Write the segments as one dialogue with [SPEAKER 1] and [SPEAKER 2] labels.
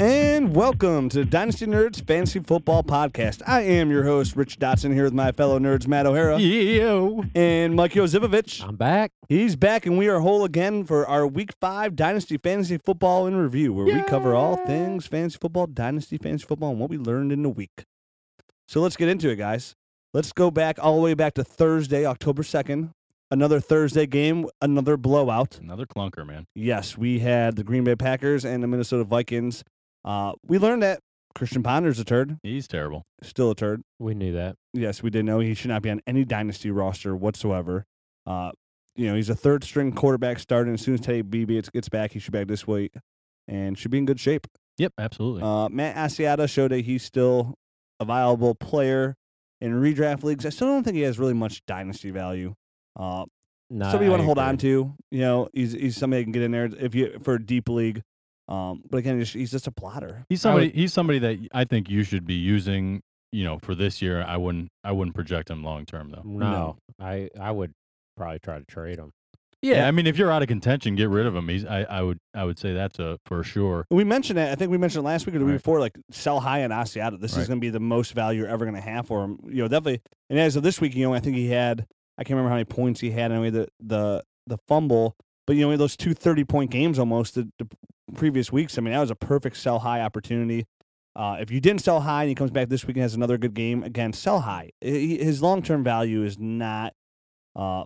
[SPEAKER 1] And welcome to Dynasty Nerds Fantasy Football Podcast. I am your host, Rich Dotson, here with my fellow nerds, Matt O'Hara
[SPEAKER 2] Yo.
[SPEAKER 1] and Mike Yozivovich.
[SPEAKER 2] I'm back.
[SPEAKER 1] He's back, and we are whole again for our Week 5 Dynasty Fantasy Football in Review, where we cover all things fantasy football, Dynasty Fantasy Football, and what we learned in the week. So let's get into it, guys. Let's go back all the way back to Thursday, October 2nd. Another Thursday game, another blowout.
[SPEAKER 2] Another clunker, man.
[SPEAKER 1] Yes, we had the Green Bay Packers and the Minnesota Vikings. Uh, we learned that Christian Ponder's a turd,
[SPEAKER 2] He's terrible.
[SPEAKER 1] still a turd.
[SPEAKER 3] We knew that.
[SPEAKER 1] Yes, we did know he should not be on any dynasty roster whatsoever. Uh, you know, he's a third string quarterback starting. As soon as Teddy BB gets- gets back, he should be back this week and should be in good shape.
[SPEAKER 2] Yep, absolutely.
[SPEAKER 1] Uh, Matt Asiata showed that he's still a viable player in redraft leagues. I still don't think he has really much dynasty value. Uh,
[SPEAKER 3] No,
[SPEAKER 1] somebody
[SPEAKER 3] I
[SPEAKER 1] you want to hold
[SPEAKER 3] agree.
[SPEAKER 1] on to. You know, he's he's somebody that can get in there if you for a deep league. Um, but again, he's, he's just a plotter.
[SPEAKER 2] he's somebody he's somebody that I think you should be using, you know, for this year. I wouldn't I wouldn't project him long term though.
[SPEAKER 1] Mm,
[SPEAKER 3] No, I I would probably try to trade him.
[SPEAKER 2] Yeah,
[SPEAKER 1] Yeah.
[SPEAKER 2] I mean if you're out of contention, get rid of him. He's I, I would I would say that's a for sure.
[SPEAKER 1] We mentioned it. I think we mentioned it last week or the week
[SPEAKER 2] Right.
[SPEAKER 1] before. Like sell high on Asiata. This is
[SPEAKER 2] Right.
[SPEAKER 1] going to be the most value you're ever going to have for him. You know, definitely. And as of this week, you know, I think he had. I can't remember how many points he had. Anyway, the the the fumble. But you know those two 30 point games almost the, the previous weeks. I mean that was a perfect sell high opportunity. Uh, if you didn't sell high and he comes back this week and has another good game again, sell high. He, his long term value is not uh,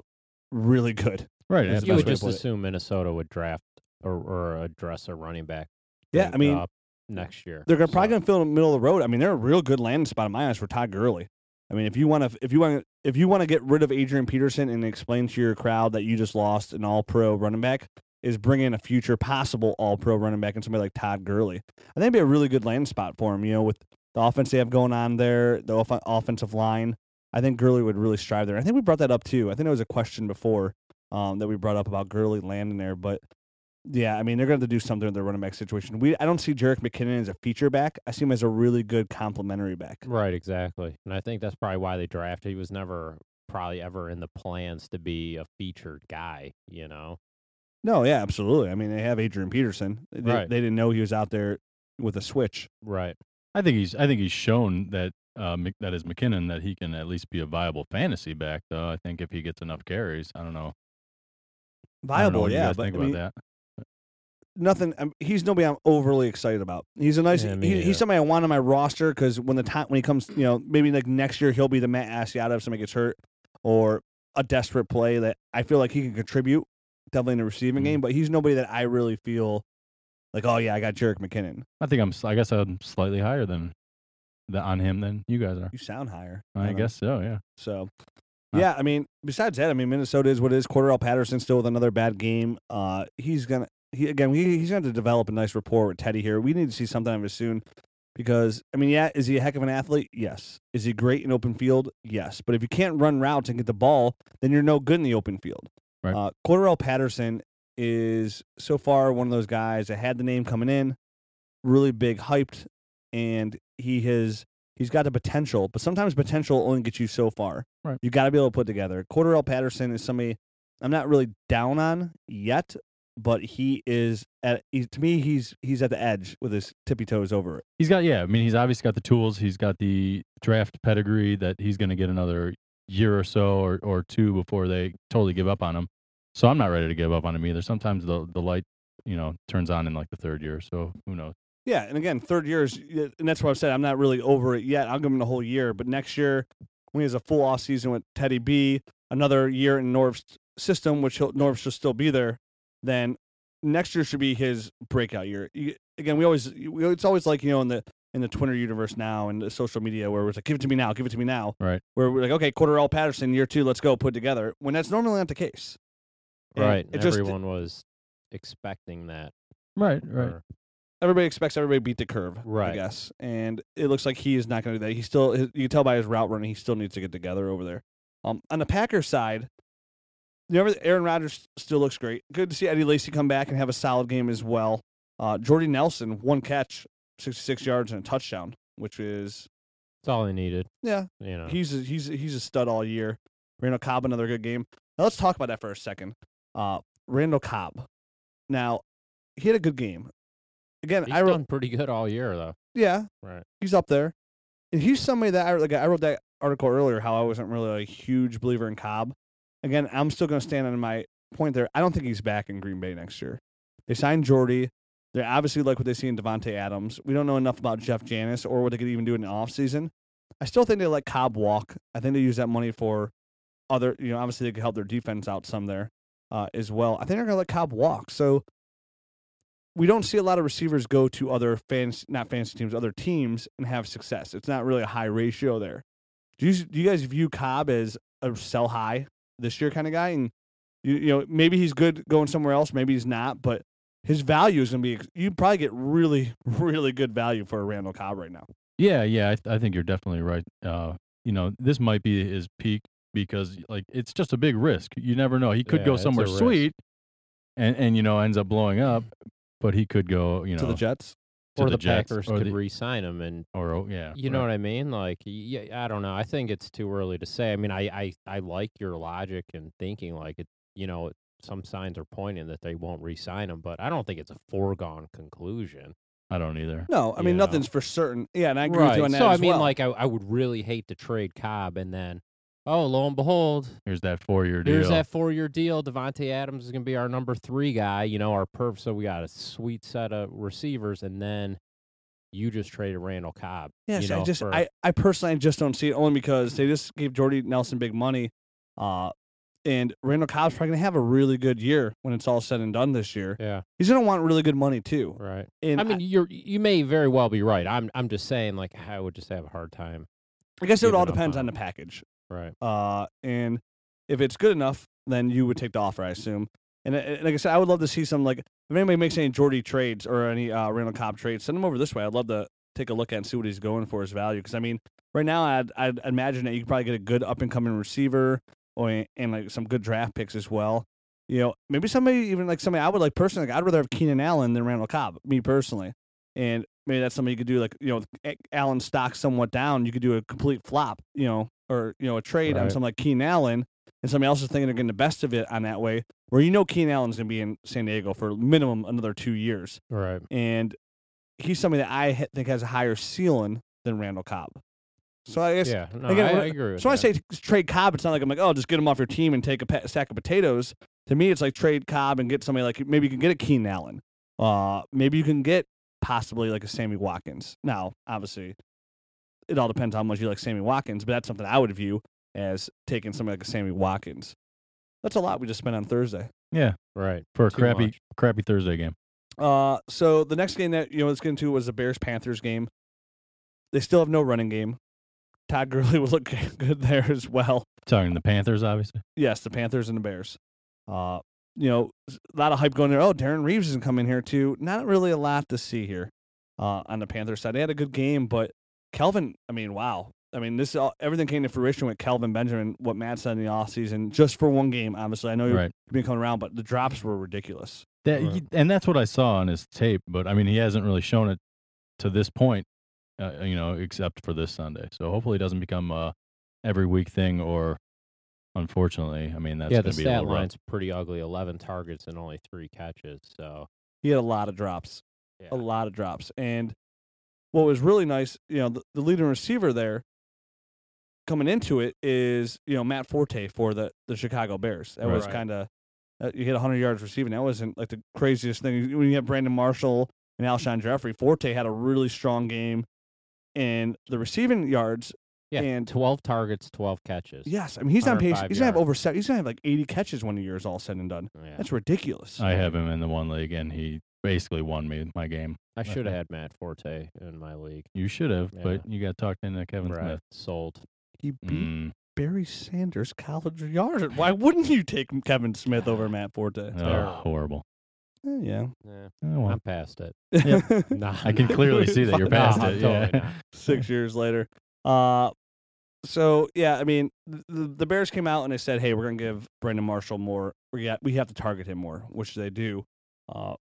[SPEAKER 1] really good.
[SPEAKER 2] Right.
[SPEAKER 1] That's
[SPEAKER 2] That's
[SPEAKER 1] the best
[SPEAKER 3] you would
[SPEAKER 1] way to
[SPEAKER 3] just
[SPEAKER 1] put it.
[SPEAKER 3] assume Minnesota would draft or, or address a running back.
[SPEAKER 1] Yeah, I
[SPEAKER 3] and,
[SPEAKER 1] mean
[SPEAKER 3] uh, next year
[SPEAKER 1] They're gonna, probably
[SPEAKER 3] So,
[SPEAKER 1] going to fill in the middle of the road. I mean, they're a real good landing spot in my eyes for Todd Gurley. I mean, if you want to, if you want to, if you want to get rid of Adrian Peterson and explain to your crowd that you just lost an All-Pro running back, is bring in a future possible All-Pro running back and somebody like Todd Gurley. I think it'd be a really good landing spot for him. You know, with the offense they have going on there, the off- offensive line, I think Gurley would really strive there. I think we brought that up too. I think there was a question before um, that we brought up about Gurley landing there, but yeah, I mean they're going to have to do something in their running back situation. We I don't see Jarek McKinnon as a feature back. I see him as a really good complementary back.
[SPEAKER 3] right, exactly, and I think that's probably why they drafted. He was never probably ever in the plans to be a featured guy. You know,
[SPEAKER 1] No, yeah, absolutely. I mean they have Adrian Peterson. They,
[SPEAKER 2] Right.
[SPEAKER 1] they didn't know he was out there with a switch.
[SPEAKER 3] right?
[SPEAKER 2] I think he's I think he's shown that uh, Mc- that is McKinnon that he can at least be a viable fantasy back though. I think if he gets enough carries, I don't know. I don't
[SPEAKER 1] Viable,
[SPEAKER 2] know what
[SPEAKER 1] yeah,
[SPEAKER 2] you guys
[SPEAKER 1] but
[SPEAKER 2] think
[SPEAKER 1] I
[SPEAKER 2] about
[SPEAKER 1] mean,
[SPEAKER 2] that.
[SPEAKER 1] nothing. um, he's nobody I'm overly excited about. He's a nice.
[SPEAKER 3] Yeah, me
[SPEAKER 1] he,
[SPEAKER 3] neither.
[SPEAKER 1] he's somebody I want on my roster because when the time when he comes, you know, maybe like next year he'll be the Matt Asiata if somebody gets hurt or a desperate play that I feel like he can contribute definitely in the receiving
[SPEAKER 2] Mhm.
[SPEAKER 3] Mm-hmm.
[SPEAKER 1] game. But he's nobody that I really feel like. Oh yeah, I got Jarek McKinnon.
[SPEAKER 2] I think I'm. s- I guess I'm slightly higher than the on him than you guys are.
[SPEAKER 1] You sound higher.
[SPEAKER 2] I
[SPEAKER 1] dunno.
[SPEAKER 2] guess so. Yeah.
[SPEAKER 1] So,
[SPEAKER 2] Huh.
[SPEAKER 1] yeah, I mean, besides that, I mean, Minnesota is what it is. Cordell Patterson still with another bad game. Uh, he's gonna he again he, he's gonna have to develop a nice rapport with Teddy here. We need to see something of it soon because I mean, yeah, is he a heck of an athlete? Yes. Is he great in open field? Yes. But if you can't run routes and get the ball, then you're no good in the open field.
[SPEAKER 2] Right.
[SPEAKER 1] Uh, Cordell Patterson is so far one of those guys that had the name coming in, really big, hyped, and he has he's got the potential, but sometimes potential only gets you so far.
[SPEAKER 2] Right.
[SPEAKER 1] You got to be able to put together. Cordell Patterson is somebody I'm not really down on yet, but he is at he, to me he's he's at the edge with his tippy toes over it.
[SPEAKER 2] He's got. Yeah. I mean, he's obviously got the tools. He's got the draft pedigree that he's going to get another year or so or, or two before they totally give up on him. So I'm not ready to give up on him either. Sometimes the the light, you know, turns on in like the third year. So who knows?
[SPEAKER 1] Yeah, and again, third year is, and that's what I've said. I'm not really over it yet. I'll give him the whole year, but next year, when he has a full off season with Teddy B, another year in Norv's system, which he'll, Norv should still be there, then next year should be his breakout year. You- again, we always, we, it's always like you know in the in the Twitter universe now and the social media where it's like, give it to me now, give it to me now.
[SPEAKER 2] Right.
[SPEAKER 1] Where we're like, okay, quarter L Patterson, year two, let's go put together. When that's normally not the case. And
[SPEAKER 3] Right.
[SPEAKER 1] It
[SPEAKER 3] and
[SPEAKER 1] just
[SPEAKER 3] Everyone was expecting that.
[SPEAKER 2] Right. Right.
[SPEAKER 3] or-
[SPEAKER 1] everybody expects everybody beat the curve, I
[SPEAKER 3] Right.
[SPEAKER 1] guess, and it looks like he is not going to do that. He still, his, you can tell by his route running, he still needs to get together over there. Um, on the Packers side, you know, Aaron Rodgers still looks great. Good to see Eddie Lacy come back and have a solid game as well. Uh, Jordy Nelson, one catch, 66 yards and a touchdown, which is
[SPEAKER 3] It's all he needed.
[SPEAKER 1] yeah,
[SPEAKER 3] You know,
[SPEAKER 1] He's a, he's a, he's a stud all year. Randall Cobb another good game. Now let's talk about that for a second. Uh, Randall Cobb. Now he had a good game. Again,
[SPEAKER 3] he's
[SPEAKER 1] I wrote
[SPEAKER 3] done pretty good all year though.
[SPEAKER 1] yeah,
[SPEAKER 3] Right.
[SPEAKER 1] he's up there, and he's somebody that I like. I wrote that article earlier how I wasn't really a huge believer in Cobb. Again, I'm still going to stand on my point there. I don't think he's back in Green Bay next year. They signed Jordy. They obviously like what they see in Devontae Adams. We don't know enough about Jeff Janis or what they could even do in the offseason. I still think they let Cobb walk. I think they use that money for other, you know, obviously they could help their defense out some there uh, as well. I think they're going to let Cobb walk. So we don't see a lot of receivers go to other fans, not fantasy teams, other teams and have success. It's not really a high ratio there. Do you, do you guys view Cobb as a sell high this year kind of guy? And, you, you know, maybe he's good going somewhere else, maybe he's not, but his value is going to be, you probably get really, really good value for a Randall Cobb right now.
[SPEAKER 2] Yeah, yeah, I, th- I think you're definitely right. Uh, you know, this might be his peak because like it's just a big risk. You never know. He could
[SPEAKER 3] Yeah,
[SPEAKER 2] go
[SPEAKER 3] it's a
[SPEAKER 2] somewhere
[SPEAKER 3] risk.
[SPEAKER 2] sweet, and and you know ends up blowing up, but he could go you know
[SPEAKER 1] to the Jets.
[SPEAKER 2] to
[SPEAKER 3] or the,
[SPEAKER 2] Jets
[SPEAKER 3] Packers
[SPEAKER 2] or
[SPEAKER 3] could
[SPEAKER 2] the-
[SPEAKER 3] re-sign him, and
[SPEAKER 2] or oh, yeah,
[SPEAKER 3] you know what I mean. Like, y- yeah, I don't know. I think it's too early to say. I mean, I, I, I like your logic and thinking. Like, it, you know, some signs are pointing that they won't re-sign him, but I don't think it's a foregone conclusion.
[SPEAKER 2] I don't either.
[SPEAKER 1] No, I mean
[SPEAKER 3] Yeah.
[SPEAKER 1] nothing's for certain. Yeah, and I agree with you on that.
[SPEAKER 3] so I
[SPEAKER 1] as
[SPEAKER 3] mean,
[SPEAKER 1] well.
[SPEAKER 3] like, I, I would really hate to trade Cobb, and then, oh, lo and behold,
[SPEAKER 2] Here's that four year deal.
[SPEAKER 3] Here's that four year deal. Devontae Adams is going to be our number three guy, you know, our perf. So we got a sweet set of receivers. And then you just traded Randall Cobb.
[SPEAKER 1] yes,
[SPEAKER 3] you know,
[SPEAKER 1] I just,
[SPEAKER 3] for-
[SPEAKER 1] I, I personally just don't see it only because they just gave Jordy Nelson big money, uh, and Randall Cobb's probably gonna have a really good year when it's all said and done this year.
[SPEAKER 3] Yeah,
[SPEAKER 1] He's gonna want really good money too.
[SPEAKER 3] right.
[SPEAKER 1] And
[SPEAKER 3] I mean, you're you may very well be right. I'm I'm just saying, like, I would just have a hard time.
[SPEAKER 1] I, guess it would
[SPEAKER 3] giving
[SPEAKER 1] all
[SPEAKER 3] up
[SPEAKER 1] depends
[SPEAKER 3] on
[SPEAKER 1] on the
[SPEAKER 3] him.
[SPEAKER 1] package.
[SPEAKER 3] Right.
[SPEAKER 1] Uh, and if it's good enough, then you would take the offer, I assume. And, uh, and like I said, I would love to see some like if anybody makes any Jordy trades or any uh, Randall Cobb trades, send them over this way. I'd love to take a look at and see what he's going for his value. Because I mean, right now, I'd I'd imagine that you could probably get a good up and coming receiver or and like some good draft picks as well. You know, maybe somebody even like somebody I would like personally. Like, I'd rather have Keenan Allen than Randall Cobb, me personally. And maybe that's something you could do. Like you know, A- Allen stock somewhat down, you could do a complete flop. You know, or you know, a trade on
[SPEAKER 3] Right.
[SPEAKER 1] something like Keenan Allen, and somebody else is thinking they're getting the best of it on that way. Where you know Keenan Allen's gonna be in San Diego for minimum another two years,
[SPEAKER 3] Right.
[SPEAKER 1] and he's somebody that I ha- think has a higher ceiling than Randall Cobb. So I guess
[SPEAKER 3] Yeah. No,
[SPEAKER 1] again,
[SPEAKER 3] I,
[SPEAKER 1] when-
[SPEAKER 3] I agree with
[SPEAKER 1] so when I say
[SPEAKER 3] that.
[SPEAKER 1] t- trade Cobb, it's not like I'm like, oh, just get him off your team and take a pa- stack of potatoes. To me, it's like trade Cobb and get somebody like maybe you can get a Keenan Allen. Uh, maybe you can get possibly like a Sammy Watkins. Now, obviously, it all depends how much you like Sammy Watkins, but that's something I would view as taking somebody like a Sammy Watkins. That's a lot we just spent on Thursday.
[SPEAKER 2] Yeah,
[SPEAKER 3] right.
[SPEAKER 2] for a
[SPEAKER 3] Too
[SPEAKER 2] crappy
[SPEAKER 3] much.
[SPEAKER 2] crappy Thursday game.
[SPEAKER 1] Uh, so the next game that you know let's get into was the Bears Panthers game. They still have no running game. Todd Gurley would look good there as well.
[SPEAKER 2] Talking to the Panthers, obviously.
[SPEAKER 1] Yes, the Panthers and the Bears. Uh, you know, s- a lot of hype going there. Oh, Darren Reeves isn't coming here too. Not really a lot to see here uh, on the Panthers side. They had a good game, but Kelvin. I mean, wow. I mean, this all, everything came to fruition with Kelvin Benjamin. What Matt said in the offseason, just for one game, obviously. I know you've
[SPEAKER 2] Right.
[SPEAKER 1] been coming around, but the drops were ridiculous.
[SPEAKER 2] That,
[SPEAKER 3] Oh, Right.
[SPEAKER 2] he- and that's what I saw on his tape, but I mean, he hasn't really shown it to this point, uh, you know, except for this Sunday. So hopefully, it doesn't become a every week thing. Or unfortunately, I mean, that's
[SPEAKER 3] yeah, the
[SPEAKER 2] gonna be a
[SPEAKER 3] stat
[SPEAKER 2] little rough.
[SPEAKER 3] line's pretty ugly. Eleven targets and only three catches. So
[SPEAKER 1] He had a lot of drops.
[SPEAKER 3] yeah.
[SPEAKER 1] a lot of drops. And what was really nice, you know, the, the leading receiver there coming into it is, you know, Matt Forte for the, the Chicago Bears. That was
[SPEAKER 3] Right.
[SPEAKER 1] kind of, uh, you hit 100 yards receiving. That wasn't like the craziest thing. When you have Brandon Marshall and Alshon Jeffrey, Forte had a really strong game. And the receiving yards,
[SPEAKER 3] Yeah,
[SPEAKER 1] and-
[SPEAKER 3] twelve targets, twelve catches.
[SPEAKER 1] yes, I mean, he's on pace.
[SPEAKER 3] 105
[SPEAKER 1] He's going to have
[SPEAKER 3] yards.
[SPEAKER 1] over seven. He's going to have like 80 catches when the year is all said and done.
[SPEAKER 3] Yeah.
[SPEAKER 1] That's ridiculous.
[SPEAKER 2] I have him in the one league, and he basically won me my game.
[SPEAKER 3] I should have had Matt Forte in my league.
[SPEAKER 2] You should have,
[SPEAKER 3] Yeah.
[SPEAKER 2] but you got talked into uh, Kevin
[SPEAKER 3] Right.
[SPEAKER 2] Smith.
[SPEAKER 3] Sold.
[SPEAKER 1] He beat
[SPEAKER 3] Mm-hmm.
[SPEAKER 2] Mm,
[SPEAKER 1] Barry Sanders college yards. Why wouldn't you take Kevin Smith over Matt Forte?
[SPEAKER 2] oh, horrible.
[SPEAKER 1] Eh, Yeah.
[SPEAKER 3] Nah,
[SPEAKER 2] Oh, well.
[SPEAKER 3] I'm past it. Nah,
[SPEAKER 2] I can clearly see that you're past
[SPEAKER 3] Nah,
[SPEAKER 2] it.
[SPEAKER 3] totally
[SPEAKER 2] Yeah.
[SPEAKER 3] not.
[SPEAKER 1] Six years later. Uh, so yeah, I mean, the, the Bears came out and they said, "Hey, we're gonna give Brandon Marshall more. We got we have to target him more," which they do. Uh,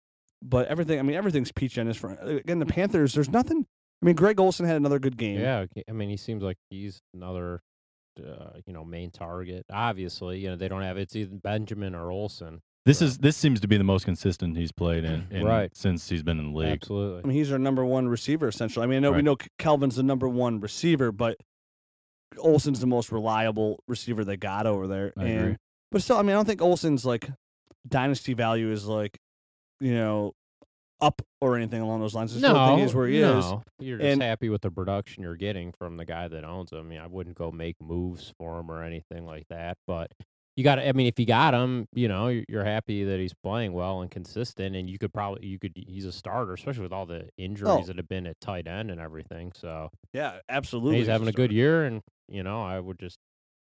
[SPEAKER 1] But everything, I mean, everything's peachy on his front. uh, Again, the Panthers, there's nothing. I mean, Greg Olson had another good game.
[SPEAKER 3] Yeah, I mean, he seems like he's another, uh, you know, main target. Obviously, you know, they don't have it's either Benjamin or Olson.
[SPEAKER 2] This
[SPEAKER 3] Right.
[SPEAKER 2] is this seems to be the most consistent he's played in, in
[SPEAKER 3] Right.
[SPEAKER 2] since he's been in the league.
[SPEAKER 3] Absolutely.
[SPEAKER 1] I mean, he's our number one receiver essentially. I mean, I know we
[SPEAKER 2] Right.
[SPEAKER 1] know Calvin's the number one receiver, but Olson's the most reliable receiver they got over there.
[SPEAKER 2] I
[SPEAKER 1] and,
[SPEAKER 2] agree.
[SPEAKER 1] But still, I mean, I don't think Olson's like dynasty value is like, you know, up or anything along those lines. It's
[SPEAKER 3] no,
[SPEAKER 1] still the thing is where he is.
[SPEAKER 3] no. You're just
[SPEAKER 1] And-
[SPEAKER 3] happy with the production you're getting from the guy that owns him. I mean, I wouldn't go make moves for him or anything like that. But you got, to I mean, if you got him, you know, you're, you're happy that he's playing well and consistent, and you could probably, you could, he's a starter, especially with all the injuries
[SPEAKER 1] Oh.
[SPEAKER 3] that have been at tight end and everything. So
[SPEAKER 1] Yeah,
[SPEAKER 3] and
[SPEAKER 1] absolutely.
[SPEAKER 3] he's having a good year, and you know, I would just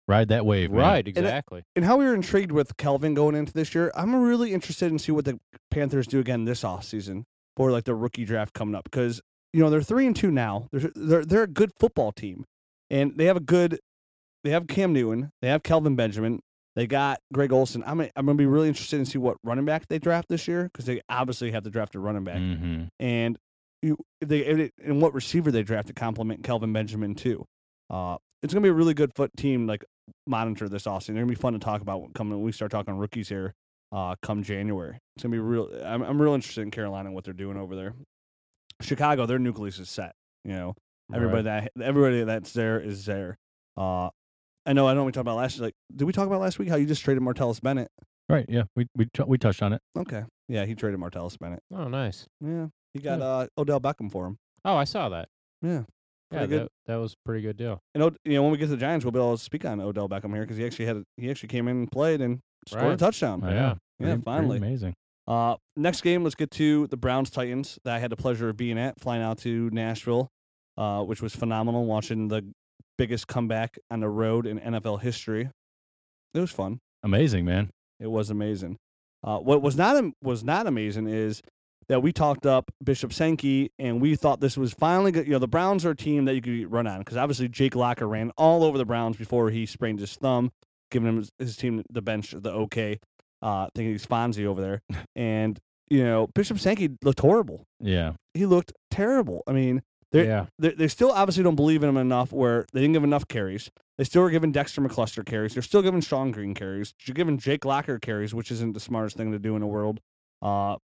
[SPEAKER 2] Ride that wave, man.
[SPEAKER 3] right,
[SPEAKER 1] it-
[SPEAKER 3] exactly.
[SPEAKER 1] And how we were intrigued with Kelvin going into this year, I'm really interested in see what the Panthers do again this offseason for like the rookie draft coming up because you know they're three and two now. They're they're they're a good football team, and they have a good they have Cam Newton, they have Kelvin Benjamin, they got Greg Olson. I'm I'm gonna be really interested in see what running back they draft this year because they obviously have to draft a running back
[SPEAKER 2] Mm-hmm.
[SPEAKER 1] and you if they and it- and what receiver they draft to complement Kelvin Benjamin too. Uh, it's gonna be a really good foot team like monitor this offseason. They're gonna be fun to talk about when coming when we start talking rookies here. Uh, come January, it's gonna be real. I'm I'm real interested in Carolina and what they're doing over there. Chicago, their nucleus is set. You know, everybody that everybody that's there is there. Uh, I know. I know. We talked about last. Like, did we talk about last week how you just traded Martellus Bennett?
[SPEAKER 2] Right. Yeah. We we t- we touched on it.
[SPEAKER 1] Okay. Yeah, he traded Martellus Bennett.
[SPEAKER 3] Oh, nice.
[SPEAKER 1] Yeah, he got uh, Odell Beckham for him.
[SPEAKER 3] Oh, I saw that.
[SPEAKER 1] Yeah.
[SPEAKER 3] Yeah,
[SPEAKER 1] Pretty good.
[SPEAKER 3] that, that was a pretty good deal.
[SPEAKER 1] And Od- you know, when we get to the Giants, we'll be able to speak on Odell Beckham here because he actually had a, he actually came in and played and scored a
[SPEAKER 3] Right.
[SPEAKER 1] touchdown.
[SPEAKER 2] Yeah.
[SPEAKER 1] Yeah,
[SPEAKER 2] Pretty- pretty
[SPEAKER 1] finally.
[SPEAKER 2] amazing.
[SPEAKER 1] Uh, next game, let's get to the Browns Titans that I had the pleasure of being at, flying out to Nashville, uh, which was phenomenal. Watching the biggest comeback on the road in NFL history, it was fun.
[SPEAKER 2] Amazing, man.
[SPEAKER 1] It was amazing. Uh, what was not am- was not amazing is that we talked up Bishop Sankey and we thought this was finally good. You know, the Browns are a team that you could run on because obviously Jake Locker ran all over the Browns before he sprained his thumb, giving him his, his team the bench the okay. Uh, thinking he's Fonzie over there, and you know Bishop Sankey looked horrible.
[SPEAKER 2] Yeah.
[SPEAKER 1] He looked terrible. I mean, There-
[SPEAKER 3] yeah.
[SPEAKER 1] they, they still obviously don't believe in him enough where they didn't give enough carries. They still were giving Dexter McCluster carries. They're still giving Sean Green carries. You're giving Jake Locker carries, which isn't the smartest thing to do in the world. Uh,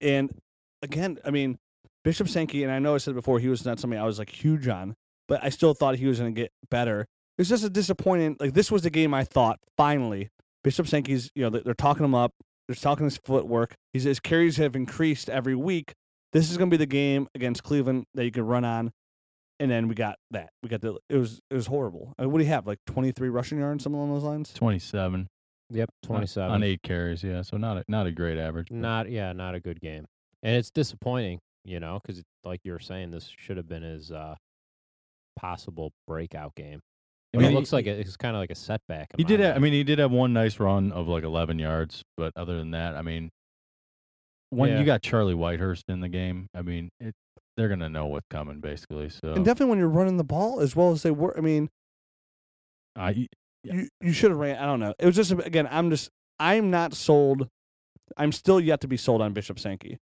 [SPEAKER 1] and again, I mean, Bishop Sankey, and I know I said before he was not somebody I was like huge on, but I still thought he was going to get better. It's just a disappointing. Like this was the game I thought finally Bishop Sankey's. You know they- they're talking him up. They're talking his footwork. He's, his carries have increased every week. This is going to be the game against Cleveland that you can run on. And then we got that. We got the. It was it was horrible. I mean, what do you have? Like twenty three rushing yards, something along those lines.
[SPEAKER 2] Twenty seven.
[SPEAKER 3] Yep. Twenty seven.
[SPEAKER 2] on eight carries. Yeah. So not a, not a great average. but-
[SPEAKER 3] Not yeah, not a good game, and it's disappointing, you know, because like you were saying, this should have been his uh, possible breakout game.
[SPEAKER 2] I
[SPEAKER 3] But
[SPEAKER 2] mean,
[SPEAKER 3] it looks
[SPEAKER 2] he-
[SPEAKER 3] like it- it's kind of like a setback. in
[SPEAKER 2] He
[SPEAKER 3] my
[SPEAKER 2] did. Have, I
[SPEAKER 3] mind.
[SPEAKER 2] mean, he did have one nice run of like 11 yards, but other than that, I mean, when
[SPEAKER 3] Yeah.
[SPEAKER 2] you got Charlie Whitehurst in the game, I mean, it, they're gonna know what's coming basically. So
[SPEAKER 1] And definitely when you're running the ball as well as they were. I mean,
[SPEAKER 2] I, Yeah.
[SPEAKER 1] you you should have ran. I don't know. It was just again. I'm just. I'm not sold. I'm still yet to be sold on Bishop Sankey.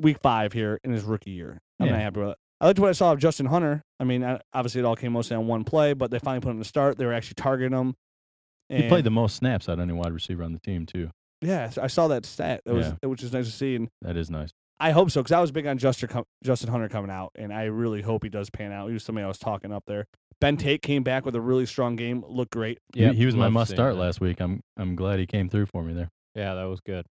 [SPEAKER 1] Week five here in his rookie year. I'm not
[SPEAKER 2] Yeah.
[SPEAKER 1] happy with it. I liked what I saw of Justin Hunter. I mean, I, obviously it all came mostly on one play, but they finally put him to start. They were actually targeting him.
[SPEAKER 2] he played
[SPEAKER 1] and-
[SPEAKER 2] the most snaps out of any wide receiver on the team too.
[SPEAKER 1] Yeah, I saw that stat. It was, which is nice to see. And
[SPEAKER 2] That is nice.
[SPEAKER 1] I hope so because I was big on Justin com- Justin Hunter coming out, and I really hope he does pan out. He was somebody I was talking up there. Ben Tate came back with a really strong game. Looked great.
[SPEAKER 2] He-
[SPEAKER 3] Yep,
[SPEAKER 2] he, was my
[SPEAKER 3] love
[SPEAKER 2] must
[SPEAKER 3] seeing
[SPEAKER 2] start
[SPEAKER 3] that.
[SPEAKER 2] last week. I'm I'm glad he came through for me there.
[SPEAKER 3] Yeah, that was good.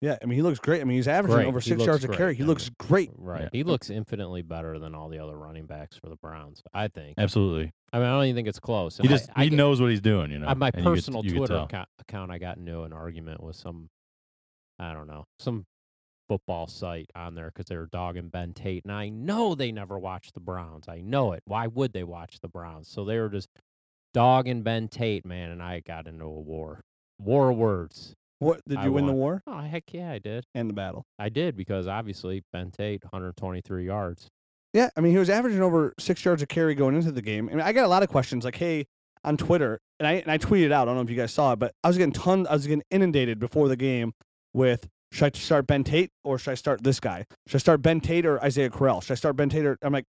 [SPEAKER 1] Yeah, I mean he looks great. I mean he's averaging
[SPEAKER 3] Great.
[SPEAKER 1] over
[SPEAKER 3] He
[SPEAKER 1] six
[SPEAKER 3] looks
[SPEAKER 1] yards a
[SPEAKER 3] great,
[SPEAKER 1] carry. He
[SPEAKER 3] yeah.
[SPEAKER 1] looks great.
[SPEAKER 3] Right.
[SPEAKER 2] Yeah.
[SPEAKER 3] He looks infinitely better than all the other running backs for the Browns. I think.
[SPEAKER 2] Absolutely,
[SPEAKER 3] I mean, I don't even think it's close.
[SPEAKER 2] he
[SPEAKER 3] and I-
[SPEAKER 2] just
[SPEAKER 3] I
[SPEAKER 2] he
[SPEAKER 3] get-
[SPEAKER 2] knows what he's doing. You know,
[SPEAKER 3] on Uh, my
[SPEAKER 2] and you could-
[SPEAKER 3] personal
[SPEAKER 2] you could
[SPEAKER 3] Twitter
[SPEAKER 2] tell.
[SPEAKER 3] account, account, I got into an argument with some, I don't know, some football site on there because they were dogging Ben Tate, and I know they never watched the Browns. I know it. Why would they watch the Browns? So they were just dogging Ben Tate, man, and I got into a war, war of words.
[SPEAKER 1] What did you
[SPEAKER 3] I
[SPEAKER 1] win the war
[SPEAKER 3] won. Oh heck yeah, I did.
[SPEAKER 1] and the battle?
[SPEAKER 3] I did because obviously Ben Tate, 123 yards.
[SPEAKER 1] Yeah, I mean he was averaging over six yards a carry going into the game. I mean I got a lot of questions like, hey, on Twitter, and I and I tweeted out. I don't know if you guys saw it, but I was getting ton. I was getting inundated before the game with Should I start Ben Tate or should I start this guy? Should I start Ben Tate or Isaiah Correll? Should I start Ben Tate or I'm like,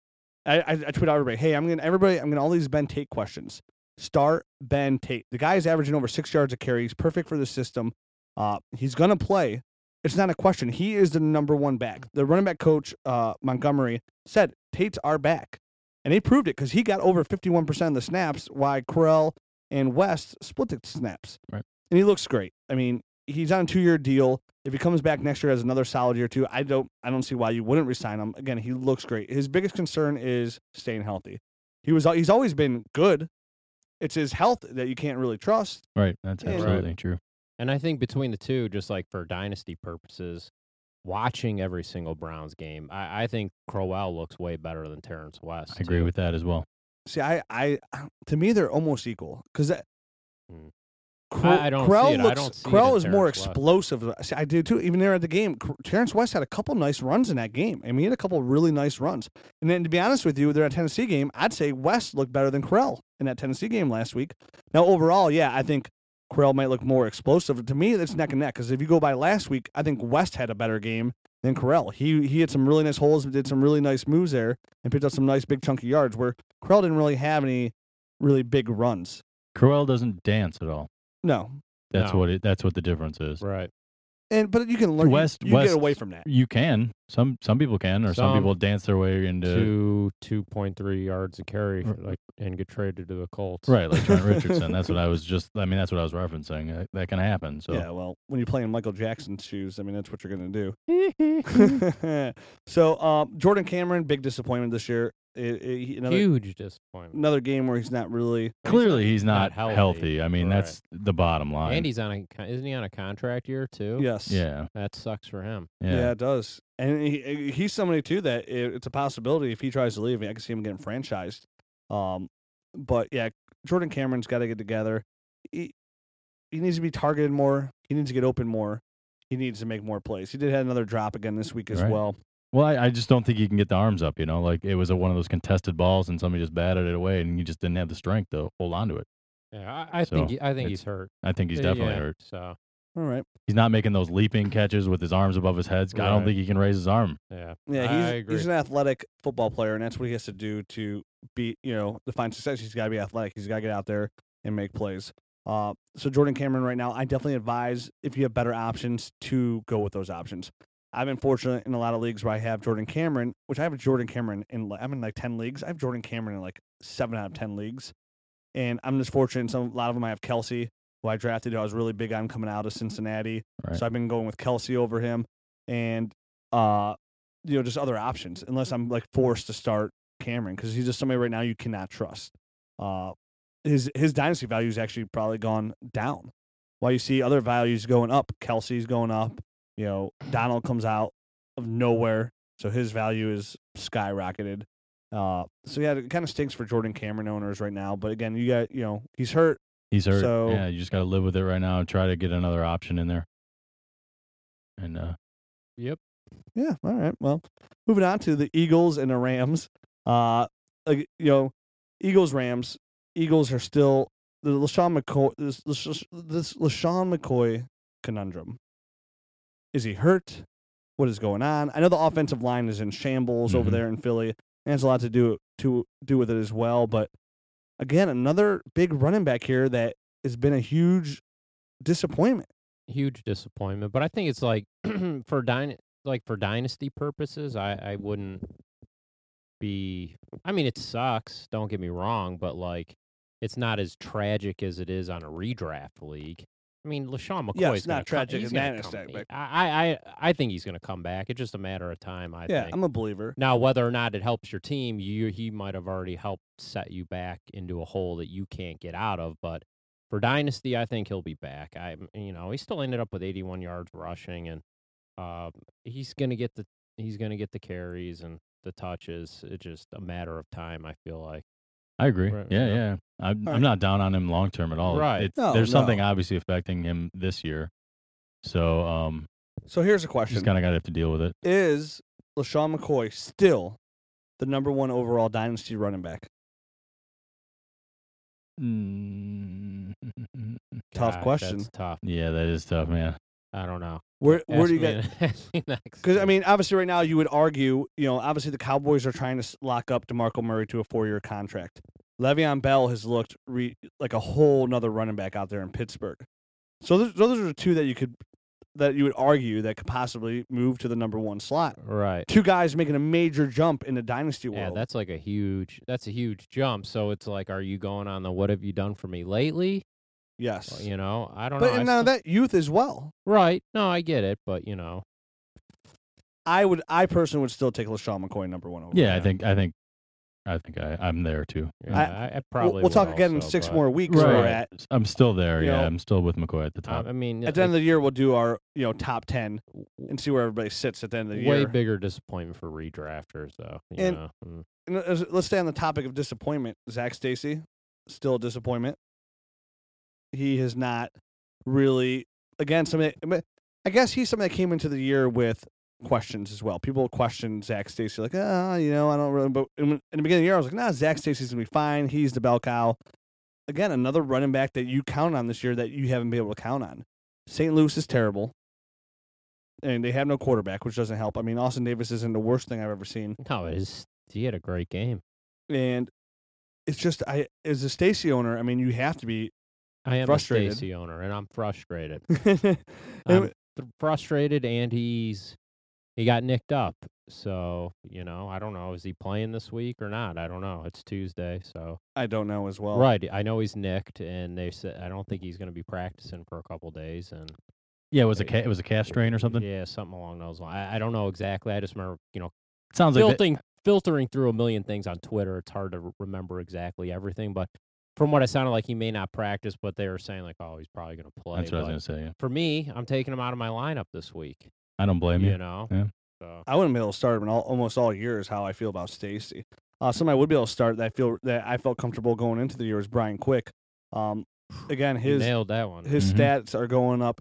[SPEAKER 1] I, I, I tweet out everybody, hey, I'm gonna everybody, I'm gonna all these Ben Tate questions. Start Ben Tate. The guy is averaging over six yards a carry. He's perfect for the system. Uh, he's gonna play. It's not a question. He is the number one back. The running back coach uh, Montgomery said Tate's our back, and he proved it because he got over 51% of the snaps. While Correll and West split the snaps.
[SPEAKER 2] Right.
[SPEAKER 1] And he looks great. I mean, he's on a two year deal. If he comes back next year as another solid year too, I don't I don't see why you wouldn't resign him. Again, he looks great. His biggest concern is staying healthy. He was al- he's always been good. It's his health that you can't really trust.
[SPEAKER 2] Right. That's
[SPEAKER 1] Yeah. Right.
[SPEAKER 2] absolutely true.
[SPEAKER 3] And I think between the two, just like for dynasty purposes, watching every single Browns game, I, I think Crowell looks way better than Terrence West.
[SPEAKER 2] I agree
[SPEAKER 3] too.
[SPEAKER 2] with that as well.
[SPEAKER 1] See, I I to me they're almost equal because that.
[SPEAKER 3] Hmm.
[SPEAKER 1] Cor-
[SPEAKER 3] I- I don't see
[SPEAKER 1] Corral
[SPEAKER 3] it. I
[SPEAKER 1] looks.
[SPEAKER 3] don't see it
[SPEAKER 1] Corral
[SPEAKER 3] in
[SPEAKER 1] is more
[SPEAKER 3] Terrence West.
[SPEAKER 1] explosive. uh, See, I do too. Even there at the game, Cor- Terrence West had a couple nice runs in that game. I mean, he had a couple really nice runs. And then to be honest with you, there at Tennessee game, I'd say West looked better than Corral in that Tennessee game last week. Now overall, yeah, I think Corral might look more explosive. To me, it's neck and neck because if you go by last week, I think West had a better game than Corral. He he hit some really nice holes, did some really nice moves there, and picked up some nice big chunky yards. Where Corral didn't really have any really big runs.
[SPEAKER 2] Crowell doesn't dance at all.
[SPEAKER 1] No,
[SPEAKER 2] That's
[SPEAKER 3] No.
[SPEAKER 2] what it. That's what the difference is.
[SPEAKER 3] Right.
[SPEAKER 1] and but you can learn. you-
[SPEAKER 2] West-
[SPEAKER 1] you,
[SPEAKER 2] West-
[SPEAKER 1] get away from that.
[SPEAKER 2] You can. Some some people can, or some,
[SPEAKER 3] Some-
[SPEAKER 2] people dance their way into
[SPEAKER 3] Two two point three yards a carry,
[SPEAKER 2] R-
[SPEAKER 3] like and get traded to the Colts.
[SPEAKER 2] right, like Trent Richardson. That's what I was just. I mean, that's what I was referencing. That, that can happen. So
[SPEAKER 1] Yeah, well, when you're playing Michael Jackson's shoes, I mean that's what you're gonna do. so um, Jordan Cameron, big disappointment this year. I- I- he- another
[SPEAKER 3] Huge disappointment.
[SPEAKER 1] another game where he's not really.
[SPEAKER 2] clearly, he's
[SPEAKER 3] not
[SPEAKER 2] not,
[SPEAKER 3] healthy.
[SPEAKER 2] healthy. I mean,
[SPEAKER 3] Right.
[SPEAKER 2] that's the bottom line.
[SPEAKER 3] And he's on a con- isn't he on a contract year too?
[SPEAKER 1] Yes.
[SPEAKER 2] yeah,
[SPEAKER 3] That sucks for him.
[SPEAKER 2] yeah,
[SPEAKER 1] Yeah, it does. And he, he's somebody too that i it's a possibility if he tries to leave. I can see him getting franchised. Um, but yeah, Jordan Cameron's got to get together. He, he needs to be targeted more. He needs to get open more. He needs to make more plays. He did have another drop again this week as
[SPEAKER 2] Right.
[SPEAKER 1] well.
[SPEAKER 2] Well, I, I just don't think he can get the arms up. You know, like it was a, one of those contested balls, and somebody just batted it away, and he just didn't have the strength to hold on to it.
[SPEAKER 3] Yeah, I, I
[SPEAKER 2] So,
[SPEAKER 3] think he- I think
[SPEAKER 2] it's-
[SPEAKER 3] he's hurt.
[SPEAKER 2] I think he's
[SPEAKER 3] Uh,
[SPEAKER 2] definitely
[SPEAKER 3] yeah,
[SPEAKER 2] hurt.
[SPEAKER 3] So
[SPEAKER 1] All right.
[SPEAKER 2] He's not making those leaping catches with his arms above his head. I
[SPEAKER 3] Right.
[SPEAKER 2] don't think he can raise his arm.
[SPEAKER 3] yeah,
[SPEAKER 1] Yeah,
[SPEAKER 3] I
[SPEAKER 1] he's
[SPEAKER 3] agree.
[SPEAKER 1] he's an athletic football player, and that's what he has to do to be, you know, to find success. He's got to be athletic. He's got to get out there and make plays. Uh, so Jordan Cameron, right now, I definitely advise if you have better options to go with those options. I've been fortunate in a lot of leagues where I have Jordan Cameron, which I have Jordan Cameron in. li- I'm in like ten leagues. I have Jordan Cameron in like seven out of ten leagues, and I'm just fortunate. in Some a lot of them I have Kelsey, who I drafted. Who I was really big on coming out of Cincinnati,
[SPEAKER 2] Right.
[SPEAKER 1] so I've been going with Kelsey over him, and uh, you know, just other options unless I'm like forced to start Cameron because he's just somebody right now you cannot trust. Uh, his his dynasty value is actually probably gone down, while you see other values going up. Kelsey's going up. You know, Donald comes out of nowhere, so his value is skyrocketed. Uh, so yeah, it kind of stinks for Jordan Cameron owners right now. But again, you got you know he's hurt.
[SPEAKER 2] He's hurt.
[SPEAKER 1] So-
[SPEAKER 2] yeah, you just got to live with it right now and try to get another option in there. And uh,
[SPEAKER 3] yep.
[SPEAKER 1] Yeah. All right. Well, moving on to the Eagles and the Rams. Uh, like, you know, Eagles Rams. Eagles are still the Lashawn McCoy. This Lash- this Lashawn McCoy conundrum. Is he hurt? What is going on? I know the offensive line is in shambles over
[SPEAKER 3] Mm-hmm.
[SPEAKER 2] Mhm.
[SPEAKER 1] there in Philly, and it's a lot to do to do with it as well. But again, another big running back here that has been a huge disappointment.
[SPEAKER 3] huge disappointment. But I think it's like for dyna- like for dynasty purposes, I I wouldn't be. I mean, it sucks. Don't get me wrong, but like it's not as tragic as it is on a redraft league. I mean, LaShawn McCoy
[SPEAKER 1] Yeah,
[SPEAKER 3] is
[SPEAKER 1] it's not
[SPEAKER 3] gonna co-
[SPEAKER 1] tragic
[SPEAKER 3] he's
[SPEAKER 1] in
[SPEAKER 3] gonna
[SPEAKER 1] that
[SPEAKER 3] come-
[SPEAKER 1] aspect.
[SPEAKER 3] I, I- I I think he's going to come back. It's just a matter of time. I
[SPEAKER 1] yeah,
[SPEAKER 3] think.
[SPEAKER 1] I'm a believer.
[SPEAKER 3] Now, whether or not it helps your team, you he might have already helped set you back into a hole that you can't get out of. But for dynasty, I think he'll be back. I, you know, he still ended up with 81 yards rushing, and uh, he's gonna get the he's gonna get the carries and the touches. It's just a matter of time. I feel like.
[SPEAKER 2] I agree.
[SPEAKER 3] Right,
[SPEAKER 2] yeah,
[SPEAKER 3] yeah.
[SPEAKER 2] yeah. I'm,
[SPEAKER 1] All right.
[SPEAKER 2] I'm not down on him long term at all.
[SPEAKER 3] Right.
[SPEAKER 2] It's,
[SPEAKER 1] No,
[SPEAKER 2] there's something
[SPEAKER 1] no.
[SPEAKER 2] obviously affecting him this year. So um,
[SPEAKER 1] So here's a question.
[SPEAKER 2] just kind of got to have to deal with it.
[SPEAKER 1] is LaShawn McCoy still the number one overall dynasty running back?
[SPEAKER 2] Mm,
[SPEAKER 1] Tough
[SPEAKER 3] Gosh,
[SPEAKER 1] question.
[SPEAKER 3] That's tough.
[SPEAKER 2] Yeah, Mm-hmm. that is tough, man.
[SPEAKER 3] I don't know.
[SPEAKER 1] Where where do you get?
[SPEAKER 3] get?
[SPEAKER 1] Because I mean, obviously, right now you would argue, you know, obviously the Cowboys are trying to s- lock up Demarco Murray to a four-year contract. Le'Veon Bell has looked re- like a whole nother running back out there in Pittsburgh. So those, those are two that you could that you would argue that could possibly move to the number one slot.
[SPEAKER 3] right.
[SPEAKER 1] Two guys making a major jump in the dynasty
[SPEAKER 3] Yeah,
[SPEAKER 1] world.
[SPEAKER 3] that's like a huge. That's a huge jump. So it's like, are you going on the what have you done for me lately?
[SPEAKER 1] yes,
[SPEAKER 3] Well, you know, I don't
[SPEAKER 1] but
[SPEAKER 3] know. I
[SPEAKER 1] and now
[SPEAKER 3] still-
[SPEAKER 1] that youth as well.
[SPEAKER 3] right? No, I get it, but you know,
[SPEAKER 1] I would, I personally would still take LaShawn McCoy number one. Over
[SPEAKER 2] Yeah, I
[SPEAKER 1] him.
[SPEAKER 2] think I think I think I, I'm there too.
[SPEAKER 3] yeah, I, I
[SPEAKER 1] We'll-
[SPEAKER 3] probably
[SPEAKER 1] we'll,
[SPEAKER 3] would
[SPEAKER 1] talk again in
[SPEAKER 3] also,
[SPEAKER 1] six
[SPEAKER 3] but,
[SPEAKER 1] more weeks. where we're at.
[SPEAKER 2] I'm still there.
[SPEAKER 1] You
[SPEAKER 2] yeah,
[SPEAKER 1] know,
[SPEAKER 2] I'm still with McCoy at
[SPEAKER 3] I,
[SPEAKER 2] the top.
[SPEAKER 3] I mean,
[SPEAKER 1] At the end of the year, we'll do our you know top ten and see where everybody sits at the end of the
[SPEAKER 3] way
[SPEAKER 1] year.
[SPEAKER 3] bigger disappointment for redrafters, though. You
[SPEAKER 1] And-
[SPEAKER 3] know? Mm.
[SPEAKER 1] And as- let's stay on the topic of disappointment. Zach Stacy, still a disappointment. He has not really again something. I mean, I guess he's something that came into the year with questions as well. People question Zach Stacy like, ah, you know, I don't really. But in, in the beginning of the year, I was like, nah, Zach Stacy's gonna be fine. He's the bell cow. Again, another running back that you count on this year that you haven't been able to count on. St. Louis is terrible. And they have no quarterback, which doesn't help. I mean, Austin Davis isn't the worst thing I've ever seen
[SPEAKER 3] No, it is. He had a great game.
[SPEAKER 1] and it's just I as a Stacy owner, I mean, you have to be.
[SPEAKER 3] I am
[SPEAKER 1] Frustrated.
[SPEAKER 3] a Stacy owner, and I'm frustrated.
[SPEAKER 1] And-
[SPEAKER 3] I'm th- frustrated, and he's he got nicked up. So you know, I don't know. Is he playing this week or not? I don't know. It's Tuesday, so
[SPEAKER 1] I don't know as well.
[SPEAKER 3] right. I know he's nicked, and they said I don't think he's going to be practicing for a couple days, and
[SPEAKER 2] yeah, it was a ca- it was a calf strain or something.
[SPEAKER 3] yeah, something along those lines. I, I don't know exactly. I just remember, you know,
[SPEAKER 2] Sounds like that-
[SPEAKER 3] filtering filtering through a million things on Twitter. It's hard to r- remember exactly everything, but from what it sounded like, he may not practice, but they were saying like, oh, he's probably going to play.
[SPEAKER 2] that's what I was
[SPEAKER 3] but
[SPEAKER 2] gonna say. Yeah.
[SPEAKER 3] for me, I'm taking him out of my lineup this week.
[SPEAKER 2] I don't blame
[SPEAKER 3] you
[SPEAKER 2] you.
[SPEAKER 3] know,
[SPEAKER 2] Yeah.
[SPEAKER 3] so
[SPEAKER 1] I wouldn't be able to start him in all, almost all year is how I feel about Stacy. Uh, somebody I would be able to start that I feel that I felt comfortable going into the year is Brian Quick. Um, again,
[SPEAKER 3] you
[SPEAKER 1] his
[SPEAKER 3] nailed Mm-hmm. that one.
[SPEAKER 1] his
[SPEAKER 2] Mhm.
[SPEAKER 1] stats are going up.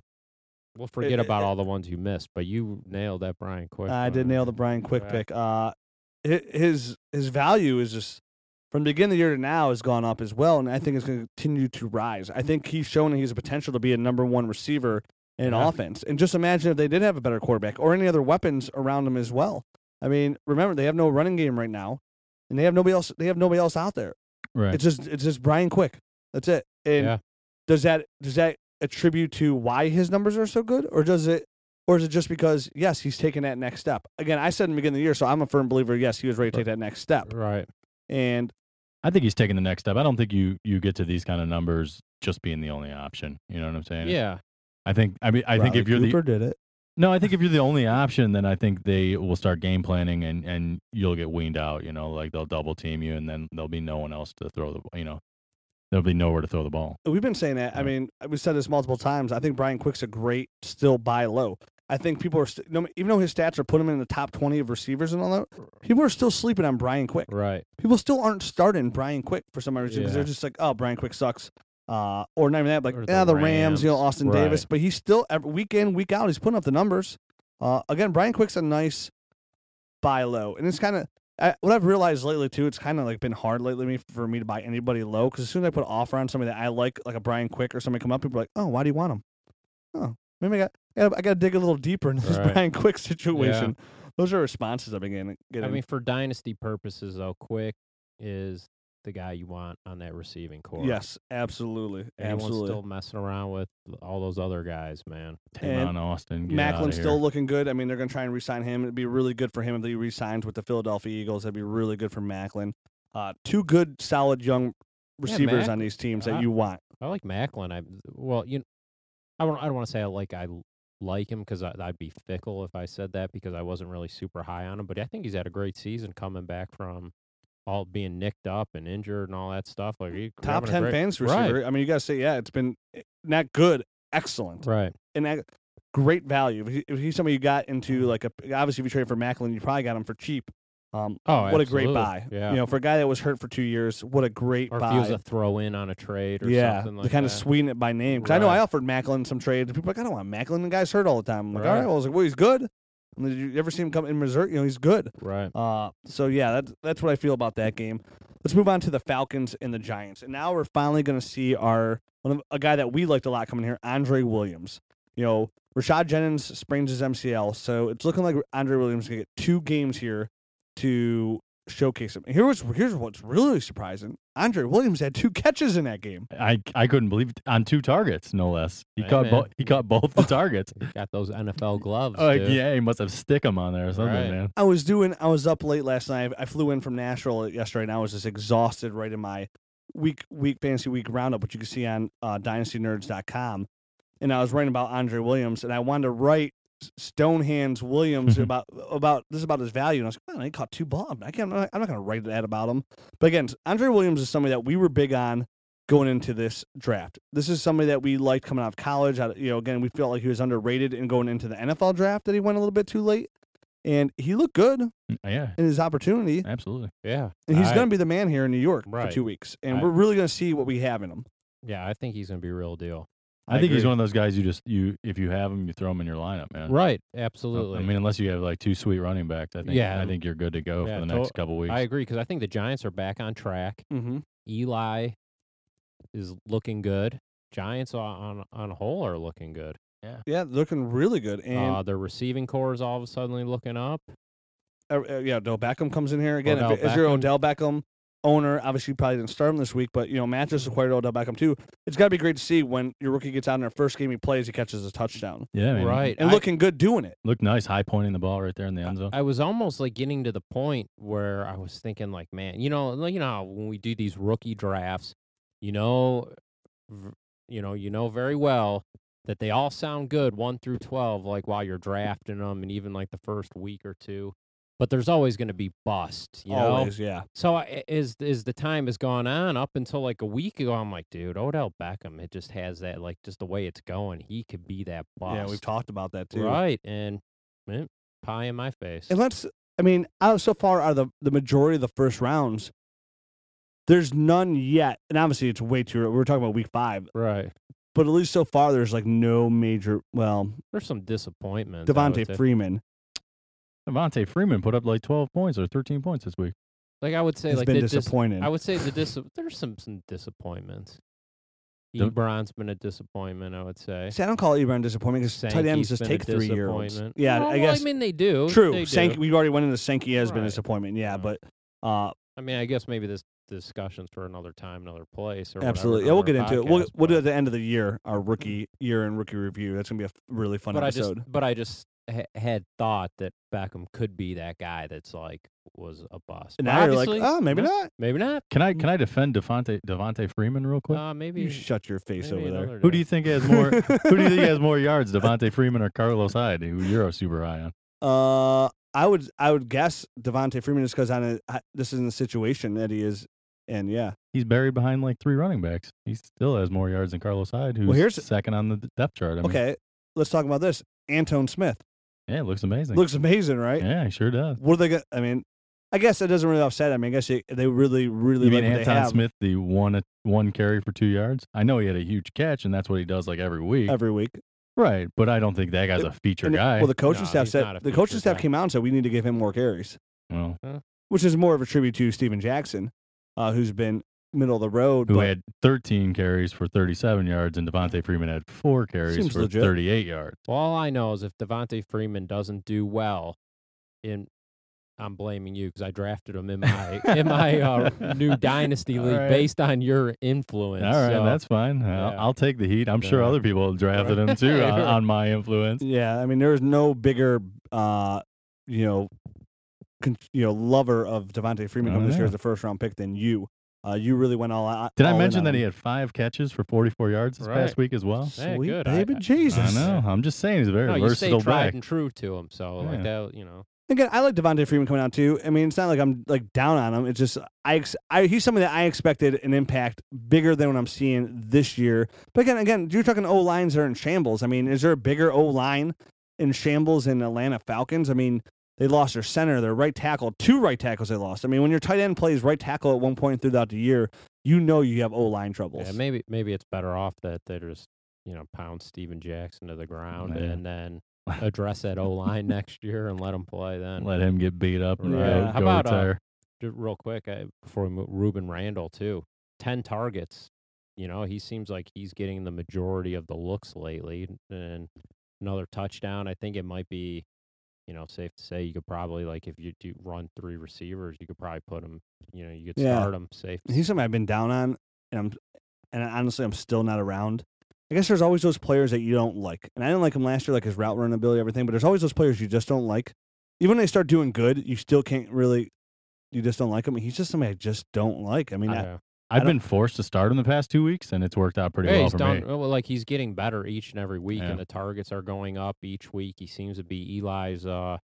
[SPEAKER 3] we'll forget
[SPEAKER 1] it-
[SPEAKER 3] about
[SPEAKER 1] it-
[SPEAKER 3] all the ones you missed, but you nailed that Brian Quick.
[SPEAKER 1] I did
[SPEAKER 3] one.
[SPEAKER 1] nail the Brian Quick
[SPEAKER 3] Wow.
[SPEAKER 1] pick. Uh, hi- his his value is just from the beginning of the year to now has gone up as well, and I think it's going to continue to rise. I think he's shown he has the potential to be a number one receiver in
[SPEAKER 3] Yeah.
[SPEAKER 1] offense. And just imagine if they did have a better quarterback or any other weapons around him as well. I mean, remember they have no running game right now, and they have nobody else. They have nobody else out there.
[SPEAKER 2] Right.
[SPEAKER 1] It's just it's just Brian Quick. That's it. And
[SPEAKER 3] Yeah.
[SPEAKER 1] does that does that attribute to why his numbers are so good, or does it, or is it just because yes he's taking that next step? Again, I said in the beginning of the year, so I'm a firm believer. Yes, he was ready to take that next step,
[SPEAKER 3] Right.
[SPEAKER 1] and
[SPEAKER 2] I think he's taking the next step. I don't think you you get to these kind of numbers just being the only option. You know what I'm saying?
[SPEAKER 3] Yeah.
[SPEAKER 2] I think I mean I think if you're the
[SPEAKER 1] Cooper did it,
[SPEAKER 2] No, I think if you're the only option, then I think they will start game planning and and you'll get weaned out. You know, like they'll double team you, and then there'll be no one else to throw the. You know, there'll be nowhere to throw the ball.
[SPEAKER 1] we've been saying that. I
[SPEAKER 2] Yeah.
[SPEAKER 1] mean, we said this multiple times. I think Brian Quick's a great still buy low. I think people are st- no, even though his stats are putting him in the top twenty of receivers and all that, people are still sleeping on Brian Quick.
[SPEAKER 3] Right.
[SPEAKER 1] people still aren't starting Brian Quick for some reason because
[SPEAKER 3] Yeah.
[SPEAKER 1] they're just like, oh, Brian Quick sucks. Uh, or not even that, like,
[SPEAKER 3] Or the
[SPEAKER 1] yeah, the Rams, you know,
[SPEAKER 3] Rams,
[SPEAKER 1] Austin Davis, but he's still every week in, week out, he's putting up the numbers. Uh, again, Brian Quick's a nice buy low, and it's kind of what I've realized lately too. It's kind of like been hard lately me- for me to buy anybody low because as soon as I put an offer on somebody that I like, like a Brian Quick or somebody come up, people are like, oh, why do you want him? Oh, maybe I got I got, I got to dig a little deeper into this
[SPEAKER 3] Right.
[SPEAKER 1] Brian Quick situation. Those are responses I've been getting.
[SPEAKER 3] I
[SPEAKER 1] getting.
[SPEAKER 3] mean, for dynasty purposes, though, Quick is the guy you want on that receiving core.
[SPEAKER 1] yes, absolutely,
[SPEAKER 3] Everyone's
[SPEAKER 1] absolutely.
[SPEAKER 3] still messing around with all those other guys, man.
[SPEAKER 1] And
[SPEAKER 2] Tavon Austin, get outta
[SPEAKER 1] Macklin's
[SPEAKER 2] here.
[SPEAKER 1] still looking good. I mean, they're going to try and re-sign him. It'd be really good for him if they re-signed with the Philadelphia Eagles. That'd be really good for Macklin. Uh, two good, solid young receivers
[SPEAKER 3] Mack-
[SPEAKER 1] on these teams that
[SPEAKER 3] uh,
[SPEAKER 1] you want.
[SPEAKER 3] I like Macklin. I well, you, I don't. I don't want to say I like I l- like him because I'd be fickle if I said that because I wasn't really super high on him. But I think he's had a great season coming back from all being nicked up and injured and all that stuff. Like he,
[SPEAKER 1] Top
[SPEAKER 3] having a
[SPEAKER 1] ten
[SPEAKER 3] great,
[SPEAKER 1] fans
[SPEAKER 3] Right.
[SPEAKER 1] receiver. I mean, you got to say, yeah, it's been eh, not good, excellent,
[SPEAKER 3] Right.
[SPEAKER 1] and that, great value. If, he, if he's somebody you got
[SPEAKER 3] Mm-hmm.
[SPEAKER 1] into, like, a, obviously, if you trade for Macklin, you probably got him for cheap. Um,
[SPEAKER 3] Oh,
[SPEAKER 1] what a great
[SPEAKER 3] absolutely.
[SPEAKER 1] buy!
[SPEAKER 3] Yeah.
[SPEAKER 1] You know, for a guy that was hurt for two years, what a great
[SPEAKER 3] or if
[SPEAKER 1] buy.
[SPEAKER 3] he was a throw in on a trade or
[SPEAKER 1] yeah,
[SPEAKER 3] something like
[SPEAKER 1] to kind
[SPEAKER 3] that.
[SPEAKER 1] of sweeten it by name. Because I know I
[SPEAKER 3] Right.
[SPEAKER 1] offered Macklin some trades. People are like, I don't want Macklin. The guy's hurt all the time. I'm like, all
[SPEAKER 3] Right.
[SPEAKER 1] right. Well, I was like, well, he's good. And did you ever see him come in Missouri? You know, he's good.
[SPEAKER 3] right.
[SPEAKER 1] Uh, so yeah, that's that's what I feel about that game. Let's move on to the Falcons and the Giants. And now we're finally going to see our one of, a guy that we liked a lot coming here, Andre Williams. You know, Rashad Jennings sprains his MCL, so it's looking like Andre Williams is gonna get two games here to showcase him. And here's here's what's really surprising: Andre Williams had two catches in that game.
[SPEAKER 2] I I couldn't believe it. on two targets, no less. He
[SPEAKER 3] Hey,
[SPEAKER 2] caught
[SPEAKER 3] man. Oh,
[SPEAKER 2] both. He caught both the targets.
[SPEAKER 3] He's got those NFL gloves.
[SPEAKER 1] Oh,
[SPEAKER 2] Uh,
[SPEAKER 3] dude.
[SPEAKER 2] yeah, he must have stick 'em on there or something,
[SPEAKER 3] Right.
[SPEAKER 2] man.
[SPEAKER 1] I was doing. I was up late last night. I flew in from Nashville yesterday, and I was just exhausted. Right in my week week fantasy week roundup, which you can see on uh, DynastyNerds.com, and I was writing about Andre Williams, and I wanted to write S- Stonehands Williams about about this is about his value, and I was like, man, he caught two balls. I can't. I'm not going to write that about him. But again, Andre Williams is somebody that we were big on going into this draft. This is somebody that we liked coming out of college. Out of- You know, again, we felt like he was underrated, and going into the NFL draft, that he went a little bit too late. And he looked good
[SPEAKER 2] Mm, Yeah,
[SPEAKER 1] in his opportunity,
[SPEAKER 2] absolutely.
[SPEAKER 3] Yeah.
[SPEAKER 1] and he's
[SPEAKER 3] I-
[SPEAKER 1] going to be the man here in New York for
[SPEAKER 3] Right.
[SPEAKER 1] two weeks, and
[SPEAKER 3] I-
[SPEAKER 1] we're really going to see what we have in him.
[SPEAKER 3] Yeah, I think he's going to be a real deal.
[SPEAKER 2] I, think he's
[SPEAKER 3] agree.
[SPEAKER 2] one of those guys you just you if you have him, you throw him in your lineup, man.
[SPEAKER 3] Right.
[SPEAKER 2] I-
[SPEAKER 3] Absolutely.
[SPEAKER 2] I mean, unless you have like two sweet running backs, I think
[SPEAKER 3] Yeah,
[SPEAKER 2] I think you're good to go
[SPEAKER 3] yeah,
[SPEAKER 2] for the
[SPEAKER 3] to-
[SPEAKER 2] next couple weeks.
[SPEAKER 3] I agree because I think the Giants are back on track.
[SPEAKER 1] Mm-hmm.
[SPEAKER 3] Eli is looking good. Giants on on, on whole are looking good.
[SPEAKER 1] Yeah, looking really good, and
[SPEAKER 3] uh, their receiving core is all of a sudden looking up.
[SPEAKER 1] uh, uh, yeah, Odell Beckham comes in here again.
[SPEAKER 3] Odell
[SPEAKER 1] if, it- if you're
[SPEAKER 3] Beckham.
[SPEAKER 1] Odell Beckham owner, obviously you probably didn't start him this week, but you know Mattress acquired Odell Beckham too. It's got to be great to see when your rookie gets out in their first game he plays, he catches a touchdown
[SPEAKER 2] yeah, man.
[SPEAKER 3] right.
[SPEAKER 1] and
[SPEAKER 3] I-
[SPEAKER 1] looking good doing it.
[SPEAKER 2] Looked nice, high pointing the ball right there in the end zone.
[SPEAKER 3] I was almost like getting to the point where I was thinking, like, man, you know, like, you know, how when we do these rookie drafts, you know, v- you know, you know very well that they all sound good one through twelve, like while you're drafting them, and even like the first week or two. But there's always going to be bust, you know.
[SPEAKER 1] Always, yeah.
[SPEAKER 3] So I- a- as as the time has gone on, up until like a week ago, I'm like, dude, Odell Beckham, it just has that like just the way it's going, he could be that bust.
[SPEAKER 1] Yeah, we've talked about that too.
[SPEAKER 3] right, and eh, pie in my face.
[SPEAKER 1] And let's, I mean, out so far out of the, the majority of the first rounds, there's none yet. And obviously, it's way too early. We're talking about week five,
[SPEAKER 3] Right.
[SPEAKER 1] but at least so far, there's like no major, well,
[SPEAKER 3] There's some disappointment.
[SPEAKER 1] Devontae Freeman.
[SPEAKER 2] Devontae Freeman put up like 12 points or 13 points this week.
[SPEAKER 3] Like I would say,
[SPEAKER 1] has
[SPEAKER 3] like
[SPEAKER 1] been
[SPEAKER 3] the dis-
[SPEAKER 1] disappointed.
[SPEAKER 3] I would say the dis- There's some some disappointments.
[SPEAKER 2] The-
[SPEAKER 3] Ebron's been a disappointment. I would say.
[SPEAKER 1] See, I don't call Ebron disappointing because tight ends
[SPEAKER 3] Sankey's
[SPEAKER 1] just
[SPEAKER 3] been a
[SPEAKER 1] take three year olds.
[SPEAKER 3] disappointment.
[SPEAKER 1] Yeah,
[SPEAKER 3] Well,
[SPEAKER 1] I
[SPEAKER 3] well,
[SPEAKER 1] guess
[SPEAKER 3] I mean, they do. They
[SPEAKER 1] true.
[SPEAKER 3] do.
[SPEAKER 1] Sankey, we already went into Sankey has been a
[SPEAKER 3] Right.
[SPEAKER 1] disappointment. Yeah,
[SPEAKER 3] Yeah.
[SPEAKER 1] but uh,
[SPEAKER 3] I mean, I guess maybe this discussions for another time, another place, or whatever,
[SPEAKER 1] absolutely, yeah, we'll
[SPEAKER 3] another
[SPEAKER 1] get into it. We'll,
[SPEAKER 3] podcast,
[SPEAKER 1] we'll do it
[SPEAKER 3] but- Mm-hmm.
[SPEAKER 1] at the end of the year, our rookie year and rookie review. That's gonna be a f- really fun
[SPEAKER 3] but
[SPEAKER 1] episode.
[SPEAKER 3] I just, but I just ha- had thought that Beckham could be that guy that's like was a bust.
[SPEAKER 1] and
[SPEAKER 3] But
[SPEAKER 1] now you're like,
[SPEAKER 3] obviously-
[SPEAKER 1] oh, maybe
[SPEAKER 3] no,
[SPEAKER 1] not.
[SPEAKER 3] maybe not.
[SPEAKER 2] Can I can I defend Devontae Devontae Freeman real quick?
[SPEAKER 3] Mm. Uh, maybe
[SPEAKER 1] You shut your face
[SPEAKER 3] maybe
[SPEAKER 1] over there.
[SPEAKER 3] another
[SPEAKER 2] who do
[SPEAKER 3] day.
[SPEAKER 2] you think has more who do you think has more yards, Devontae Freeman or Carlos Hyde, who you're super high on?
[SPEAKER 1] Uh, I would I would guess Devontae Freeman just because on a, I- this isn't the situation that he is, and yeah,
[SPEAKER 2] He's buried behind like three running backs. He still has more yards than Carlos Hyde, who's
[SPEAKER 1] here's-
[SPEAKER 2] second on the d- depth chart. I mean,
[SPEAKER 1] okay. Let's talk about this. Antone Smith
[SPEAKER 2] Yeah, it looks amazing.
[SPEAKER 1] looks amazing, right?
[SPEAKER 2] yeah, he sure does.
[SPEAKER 1] What are they going to I mean, I guess it doesn't really upset. I mean, I guess they, they really really
[SPEAKER 2] You mean
[SPEAKER 1] like what they
[SPEAKER 2] Anton
[SPEAKER 1] have
[SPEAKER 2] Smith, the one one carry for two yards? I know he had a huge catch, and that's what he does like every week,
[SPEAKER 1] every week.
[SPEAKER 2] right? But I don't think that guy's a feature
[SPEAKER 1] And it-
[SPEAKER 2] guy.
[SPEAKER 1] Well, the coaching
[SPEAKER 3] No,
[SPEAKER 1] staff
[SPEAKER 3] he's not
[SPEAKER 1] said
[SPEAKER 3] a
[SPEAKER 1] the coaching
[SPEAKER 3] feature
[SPEAKER 1] staff
[SPEAKER 3] guy.
[SPEAKER 1] came out and said we need to give him more carries,
[SPEAKER 2] well,
[SPEAKER 1] which is more of a tribute to Stephen Jackson, uh, who's been middle of the road.
[SPEAKER 2] who
[SPEAKER 1] but
[SPEAKER 2] had 13 carries for 37 yards, and Devontae Freeman had four carries
[SPEAKER 1] Seems
[SPEAKER 2] for
[SPEAKER 1] legit.
[SPEAKER 2] 38 yards.
[SPEAKER 3] Well, all I know is if Devontae Freeman doesn't do well, in I'm blaming you because I drafted him in my in my uh, new dynasty
[SPEAKER 2] All
[SPEAKER 3] league
[SPEAKER 2] right.
[SPEAKER 3] based on your influence.
[SPEAKER 2] All right,
[SPEAKER 3] so-
[SPEAKER 2] that's fine. I'll,
[SPEAKER 3] yeah.
[SPEAKER 2] I'll take the heat. I'm sure
[SPEAKER 3] Yeah.
[SPEAKER 2] other people drafted him too on, on my influence.
[SPEAKER 1] Yeah, I mean, there is no bigger, uh, you know, con- you know, lover of Devontae Freeman
[SPEAKER 2] I
[SPEAKER 1] coming this year
[SPEAKER 2] know.
[SPEAKER 1] as a first round pick than you. Uh, you really went all out.
[SPEAKER 2] Did I mention that he had five catches for 44 yards this past
[SPEAKER 3] Right.
[SPEAKER 2] week as well?
[SPEAKER 3] Hey,
[SPEAKER 1] Sweet
[SPEAKER 3] good. I-
[SPEAKER 1] baby
[SPEAKER 3] I-
[SPEAKER 1] Jesus!
[SPEAKER 2] I know. I'm just saying he's a very
[SPEAKER 3] no, you stay
[SPEAKER 2] versatile
[SPEAKER 3] tried
[SPEAKER 2] back.
[SPEAKER 3] and true to him. So like that, you know.
[SPEAKER 1] Again, I like Devontae Freeman coming out too. I mean, it's not like I'm like down on him. It's just I, ex- I he's something that I expected an impact bigger than what I'm seeing this year. But again, again, you're talking O lines that are in shambles. I mean, is there a bigger O line in shambles in Atlanta Falcons? I mean, they lost their center, their right tackle, two right tackles they lost. I mean, when your tight end plays right tackle at one point throughout the year, you know you have O line troubles.
[SPEAKER 3] Yeah, maybe maybe it's better off that they just you know pound Steven Jackson to the ground
[SPEAKER 2] Yeah.
[SPEAKER 3] and then address that O line next year and let him play then.
[SPEAKER 2] Let him get beat up and
[SPEAKER 1] Yeah.
[SPEAKER 2] go,
[SPEAKER 3] How
[SPEAKER 2] go
[SPEAKER 3] about, uh,
[SPEAKER 2] retire.
[SPEAKER 3] Ju- real quick I, before we move, Ruben Randall too. Ten targets. You know, he seems like he's getting the majority of the looks lately, and another touchdown. I think it might be, you know, safe to say you could probably like if you do run three receivers, you could probably put them. You know, you could
[SPEAKER 1] Yeah.
[SPEAKER 3] start them safe. to
[SPEAKER 1] He's something I've been down on, and I'm and honestly I'm still not around. I guess there's always those players that you don't like, and I didn't like him last year, like his route running ability, everything. But there's always those players you just don't like. Even when they start doing good, you still can't really. You just don't like him. He's just somebody I just don't like. I mean, I-
[SPEAKER 3] I know.
[SPEAKER 2] I've
[SPEAKER 1] don't-
[SPEAKER 2] been forced to start him the past two weeks, and it's worked out pretty
[SPEAKER 3] Yeah,
[SPEAKER 2] well
[SPEAKER 3] he's
[SPEAKER 2] for
[SPEAKER 3] done
[SPEAKER 2] me.
[SPEAKER 3] well, like he's getting better each and every week,
[SPEAKER 2] Yeah.
[SPEAKER 3] and the targets are going up each week. He seems to be Eli's uh,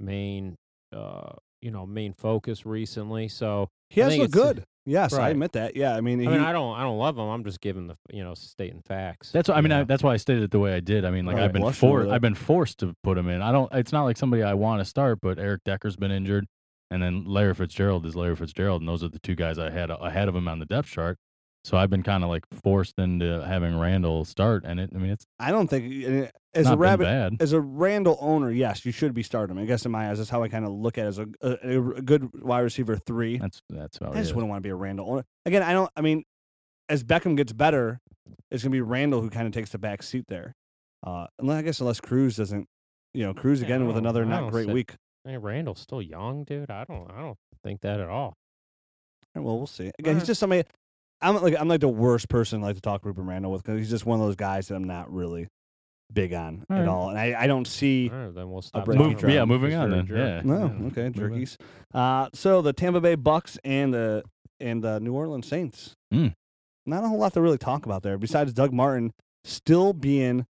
[SPEAKER 3] main, uh, you know, main focus recently. So
[SPEAKER 1] he
[SPEAKER 3] I
[SPEAKER 1] has
[SPEAKER 3] think
[SPEAKER 1] looked
[SPEAKER 3] it's-
[SPEAKER 1] good. Yes, I
[SPEAKER 3] Right.
[SPEAKER 1] admit that. Yeah, I mean, he,
[SPEAKER 3] I mean, I don't, I don't love him. I'm just giving the, you know, stating facts.
[SPEAKER 2] That's what I mean.
[SPEAKER 3] you
[SPEAKER 2] I,
[SPEAKER 3] know.
[SPEAKER 2] that's why I stated it the way I did. I mean, like
[SPEAKER 1] Right.
[SPEAKER 2] I've been
[SPEAKER 1] Blushing over
[SPEAKER 2] forced.
[SPEAKER 1] that.
[SPEAKER 2] I've been forced to put him in. I don't. It's not like somebody I want to start, but Eric Decker's been injured, and then Larry Fitzgerald is Larry Fitzgerald, and those are the two guys I had ahead of him on the depth chart. So I've been kind of like forced into having Randall start, and it. I mean, it's
[SPEAKER 1] I don't think and as
[SPEAKER 2] not
[SPEAKER 1] a
[SPEAKER 2] been
[SPEAKER 1] rabbit
[SPEAKER 2] bad.
[SPEAKER 1] as a Randall owner, yes, you should be starting him. I guess in my eyes, that's how I kind of look at it as a, a, a good wide receiver three.
[SPEAKER 2] That's that's
[SPEAKER 3] Oh,
[SPEAKER 2] how
[SPEAKER 1] I
[SPEAKER 2] it
[SPEAKER 1] just
[SPEAKER 2] is.
[SPEAKER 1] wouldn't want to be a Randall owner. Again, I don't. I mean, as Beckham gets better, it's going to be Randall who kind of takes the back seat there. Uh, unless I guess unless Cruz doesn't, you know, Cruz
[SPEAKER 3] Yeah, I
[SPEAKER 1] again with
[SPEAKER 3] don't-
[SPEAKER 1] another
[SPEAKER 3] I
[SPEAKER 1] not
[SPEAKER 3] don't
[SPEAKER 1] great
[SPEAKER 3] sit-
[SPEAKER 1] week.
[SPEAKER 3] Hey, Randall's still young, dude. I don't, I don't think that at all.
[SPEAKER 1] All right, Well, we'll see. Again, he's
[SPEAKER 3] Alright.
[SPEAKER 1] just somebody. I'm like I'm like the worst person like to talk Ruben Randall with because he's just one of those guys that I'm not really big on at
[SPEAKER 2] Alright.
[SPEAKER 1] all, and I, I don't see.
[SPEAKER 3] All right, then we'll stop.
[SPEAKER 1] break
[SPEAKER 3] talking
[SPEAKER 1] Move-
[SPEAKER 3] about
[SPEAKER 1] yeah,
[SPEAKER 3] him
[SPEAKER 2] moving
[SPEAKER 3] because
[SPEAKER 2] on
[SPEAKER 3] you're a jerk.
[SPEAKER 2] then. Yeah.
[SPEAKER 1] No,
[SPEAKER 2] Yeah,
[SPEAKER 1] Oh, okay,
[SPEAKER 2] move on.
[SPEAKER 1] jerkies. Uh, so the Tampa Bay Bucks and the and the New Orleans Saints.
[SPEAKER 2] Mm.
[SPEAKER 1] Not a whole lot to really talk about there, besides Doug Martin still being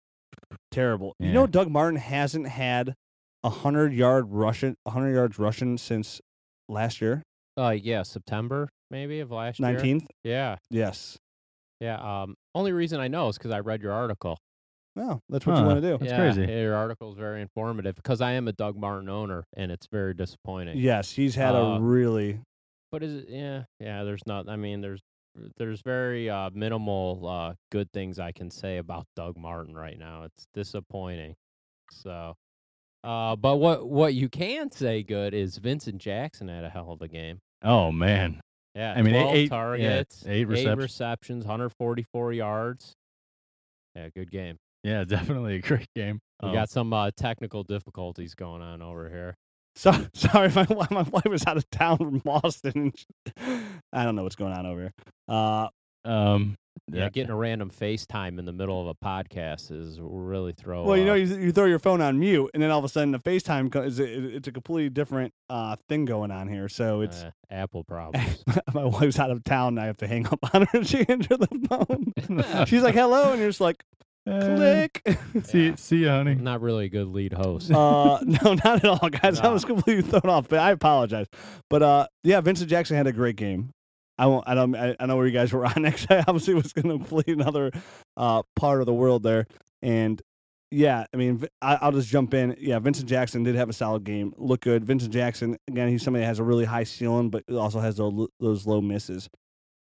[SPEAKER 1] terrible. You know,
[SPEAKER 2] Yeah.
[SPEAKER 1] Doug Martin hasn't had a hundred yard rushing, hundred yards rushing since last year,
[SPEAKER 3] Uh, yeah, September maybe of last year.
[SPEAKER 1] nineteenth.
[SPEAKER 3] Yeah,
[SPEAKER 1] Yes.
[SPEAKER 3] yeah. Um, only reason I know is because I read your article.
[SPEAKER 1] No, that's what you
[SPEAKER 2] Huh.
[SPEAKER 1] want to do.
[SPEAKER 2] Oh, That's
[SPEAKER 3] yeah,
[SPEAKER 2] crazy.
[SPEAKER 3] yeah, your article is very informative because I am a Doug Martin owner, and it's very disappointing.
[SPEAKER 1] Yes, he's had
[SPEAKER 3] Uh,
[SPEAKER 1] a really
[SPEAKER 3] But is it? Yeah, yeah. There's not. I mean, there's there's very uh, minimal uh, good things I can say about Doug Martin right now. It's disappointing. So, uh, but what what you can say good is Vincent Jackson had a hell of a game.
[SPEAKER 2] Oh man,
[SPEAKER 3] Yeah,
[SPEAKER 2] I mean, eight-
[SPEAKER 3] 12
[SPEAKER 2] eight- yeah,
[SPEAKER 3] targets,
[SPEAKER 2] eight receptions.
[SPEAKER 3] receptions, 144 yards. Yeah, good game.
[SPEAKER 2] yeah, definitely a great game.
[SPEAKER 3] We
[SPEAKER 2] Um,
[SPEAKER 3] got some uh, technical difficulties going on over here.
[SPEAKER 1] so, sorry. My wi- my wife was out of town from Boston. I don't know what's going on over here. Uh,
[SPEAKER 2] um,
[SPEAKER 3] Yeah, getting a random FaceTime in the middle of a podcast is really throw.
[SPEAKER 1] Well, you know,
[SPEAKER 3] uh,
[SPEAKER 1] you, you throw your phone on mute, and then all of a sudden, the FaceTime co- is it, it's a completely different uh, thing going on here. So it's
[SPEAKER 3] uh, Apple problems.
[SPEAKER 1] my wife's out of town, and I have to hang up on her. and She answered the phone. She's like, "Hello," and you're just like,
[SPEAKER 2] Uh,
[SPEAKER 1] "Click."
[SPEAKER 2] See, see you, honey.
[SPEAKER 3] Not really a good lead host.
[SPEAKER 1] uh, no, not at all, guys. I
[SPEAKER 3] Nah.
[SPEAKER 1] was completely thrown off, but I apologize. But uh, yeah, Vincent Jackson had a great game. I won't. I don't. I, I know where you guys were on next. I obviously was going to play another uh, part of the world there, and yeah, I mean, Vi- I, I'll just jump in. Yeah, Vincent Jackson did have a solid game. Look good. Vincent Jackson again. He's somebody that has a really high ceiling, but also has those, those low misses.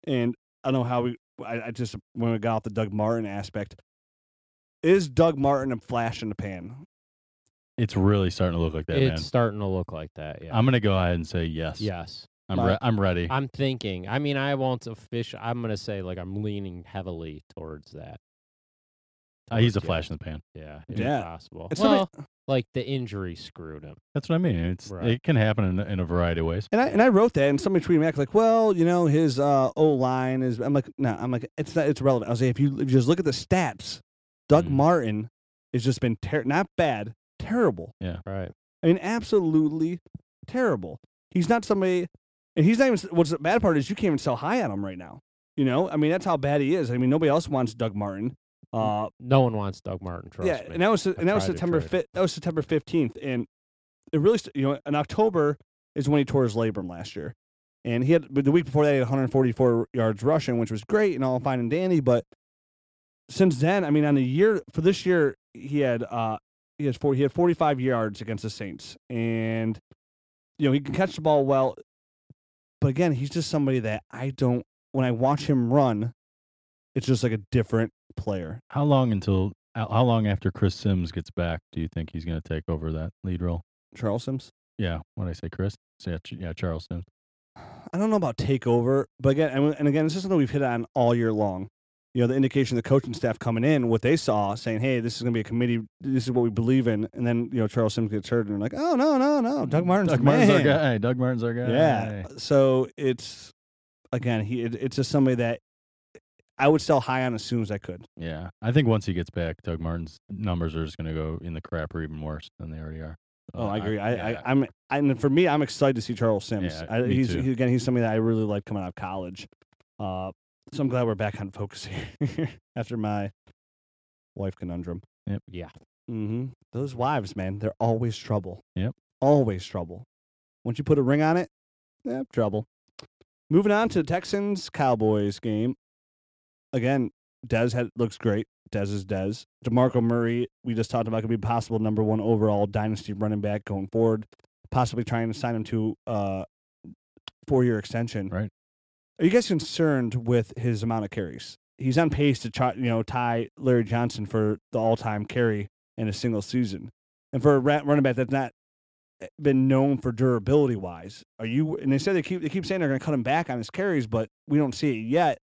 [SPEAKER 1] And I don't know how we. I, I just when we got off the Doug Martin aspect, is Doug Martin a flash in the pan?
[SPEAKER 2] It's really starting to look like that,
[SPEAKER 3] it's
[SPEAKER 2] man.
[SPEAKER 3] starting to look like that. Yeah.
[SPEAKER 2] I'm gonna go ahead and say yes.
[SPEAKER 3] yes.
[SPEAKER 2] I'm
[SPEAKER 1] My-
[SPEAKER 2] re- I'm ready.
[SPEAKER 3] I'm thinking. I mean, I won't official. I'm gonna say like I'm leaning heavily towards that.
[SPEAKER 2] Uh, he's a
[SPEAKER 3] Towards
[SPEAKER 2] flash in the pan.
[SPEAKER 3] yes. Yeah. It's
[SPEAKER 1] Yeah.
[SPEAKER 3] Possible.
[SPEAKER 1] It's something-
[SPEAKER 3] well, like the injury screwed him.
[SPEAKER 2] That's what I mean. It's
[SPEAKER 3] Right.
[SPEAKER 2] it can happen in, in a variety of ways.
[SPEAKER 1] And I and I wrote that, and somebody tweeted me back like, "Well, you know, his uh, O line is." I'm like, "No, I'm like, it's not. It's relevant." I was like, "If you if you just look at the stats, Doug
[SPEAKER 2] Mm.
[SPEAKER 1] Martin has just been ter- not bad, terrible.
[SPEAKER 3] Right.
[SPEAKER 1] I mean, absolutely terrible. He's not somebody, and he's not even. What's the bad part is you can't even sell high on him right now. You know, I mean, that's how bad he is. I mean, nobody else wants Doug Martin. Uh,
[SPEAKER 3] No one wants Doug Martin. Trust
[SPEAKER 1] yeah,
[SPEAKER 3] me.
[SPEAKER 1] and that was and that was
[SPEAKER 3] tried to
[SPEAKER 1] September
[SPEAKER 3] trade
[SPEAKER 1] fifth. That was September fifteenth, and it really st- you know in October is when he tore his labrum last year, and he had but the week before that he had 144 yards rushing, which was great and all fine and dandy. But since then, I mean, on the year for this year, he had uh he has four he had 45 yards against the Saints, and you know he can catch the ball well, but again, he's just somebody that I don't when I watch him run, it's just like a different player.
[SPEAKER 2] How long until how how long after Chris Sims gets back do you think he's gonna take over that lead role?
[SPEAKER 1] Charles Sims.
[SPEAKER 2] Yeah, what I say, Chris? So yeah, Ch- yeah, Charles Sims.
[SPEAKER 1] I don't know about takeover, but again, and, and again, this is something we've hit on all year long. you know, the indication of the coaching staff coming in, what they saw, saying, "Hey, this is going to be a committee. This is what we believe in." And then you know, Charles Sims gets hurt, and they're like, "Oh no, no, no! Doug Martin's
[SPEAKER 2] Mm, Doug
[SPEAKER 1] the
[SPEAKER 2] Martin's our
[SPEAKER 1] man."
[SPEAKER 2] guy. Doug Martin's our guy.
[SPEAKER 1] Yeah. So it's again, he it, it's just somebody that I would sell high on as soon as I could.
[SPEAKER 2] Yeah. I think once he gets back, Doug Martin's numbers are just going to go in the crap or even worse than they already are. So
[SPEAKER 1] Oh, I agree. I,
[SPEAKER 2] yeah.
[SPEAKER 1] I, I'm I, and for me, I'm excited to see Charles Sims.
[SPEAKER 2] Yeah,
[SPEAKER 1] I,
[SPEAKER 2] me
[SPEAKER 1] he's
[SPEAKER 2] too.
[SPEAKER 1] he- again, he's somebody that I really like coming out of college. Uh, so I'm glad we're back on focus here after my wife conundrum.
[SPEAKER 3] Yeah.
[SPEAKER 1] hmm Those wives, man, they're always trouble.
[SPEAKER 2] Yep.
[SPEAKER 1] Always trouble. Once you put a ring on it, yep, trouble. Moving on to the Texans Cowboys game. Again, Dez had, looks great. Dez is Dez. DeMarco Murray, we just talked about, could be possible number one overall dynasty running back going forward, possibly trying to sign him to uh, four year extension.
[SPEAKER 2] Right.
[SPEAKER 1] Are you guys concerned with his amount of carries? He's on pace to try, you know tie Larry Johnson for the all time carry in a single season. And for a ra- running back that's not eh, been known for durability wise, are you? And they said they keep they keep saying they're going to cut him back on his carries, but we don't see it yet.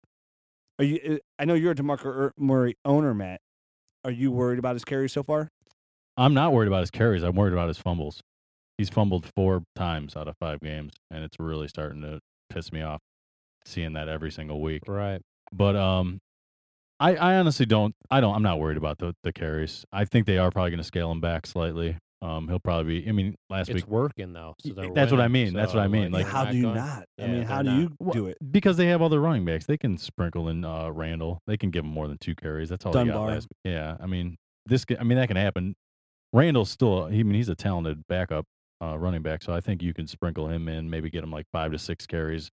[SPEAKER 1] Are you? eh, I know you're a Demarco Ur- Murray owner, Matt. Are you worried about his carries so far?
[SPEAKER 2] I'm not worried about his carries. I'm worried about his fumbles. He's fumbled four times out of five games, and it's really starting to piss me off seeing that every single week.
[SPEAKER 3] Right.
[SPEAKER 2] But um, I I honestly don't I don't I'm not worried about the the carries. I think they are probably going to scale him back slightly. Um, he'll probably be. I mean, last
[SPEAKER 3] It's
[SPEAKER 2] week
[SPEAKER 3] working though. So
[SPEAKER 2] Y-
[SPEAKER 3] they're
[SPEAKER 2] that's what I
[SPEAKER 3] winning,
[SPEAKER 2] mean, that's what I
[SPEAKER 3] so,
[SPEAKER 2] mean, like-
[SPEAKER 3] they're
[SPEAKER 1] how do you
[SPEAKER 3] going-
[SPEAKER 1] not? I
[SPEAKER 3] Yeah,
[SPEAKER 1] mean, how do
[SPEAKER 3] they're
[SPEAKER 1] you
[SPEAKER 2] Well,
[SPEAKER 1] do it?
[SPEAKER 2] because they have all their running backs. They can sprinkle in uh, Randall. They can give him more than two carries. That's all he got
[SPEAKER 1] Dunbar.
[SPEAKER 2] last week. Yeah, I mean this. g- I mean that can happen. Randall's still. He, I mean he's a talented backup uh, running back. So I think you can sprinkle him in. Maybe get him like five to six carries,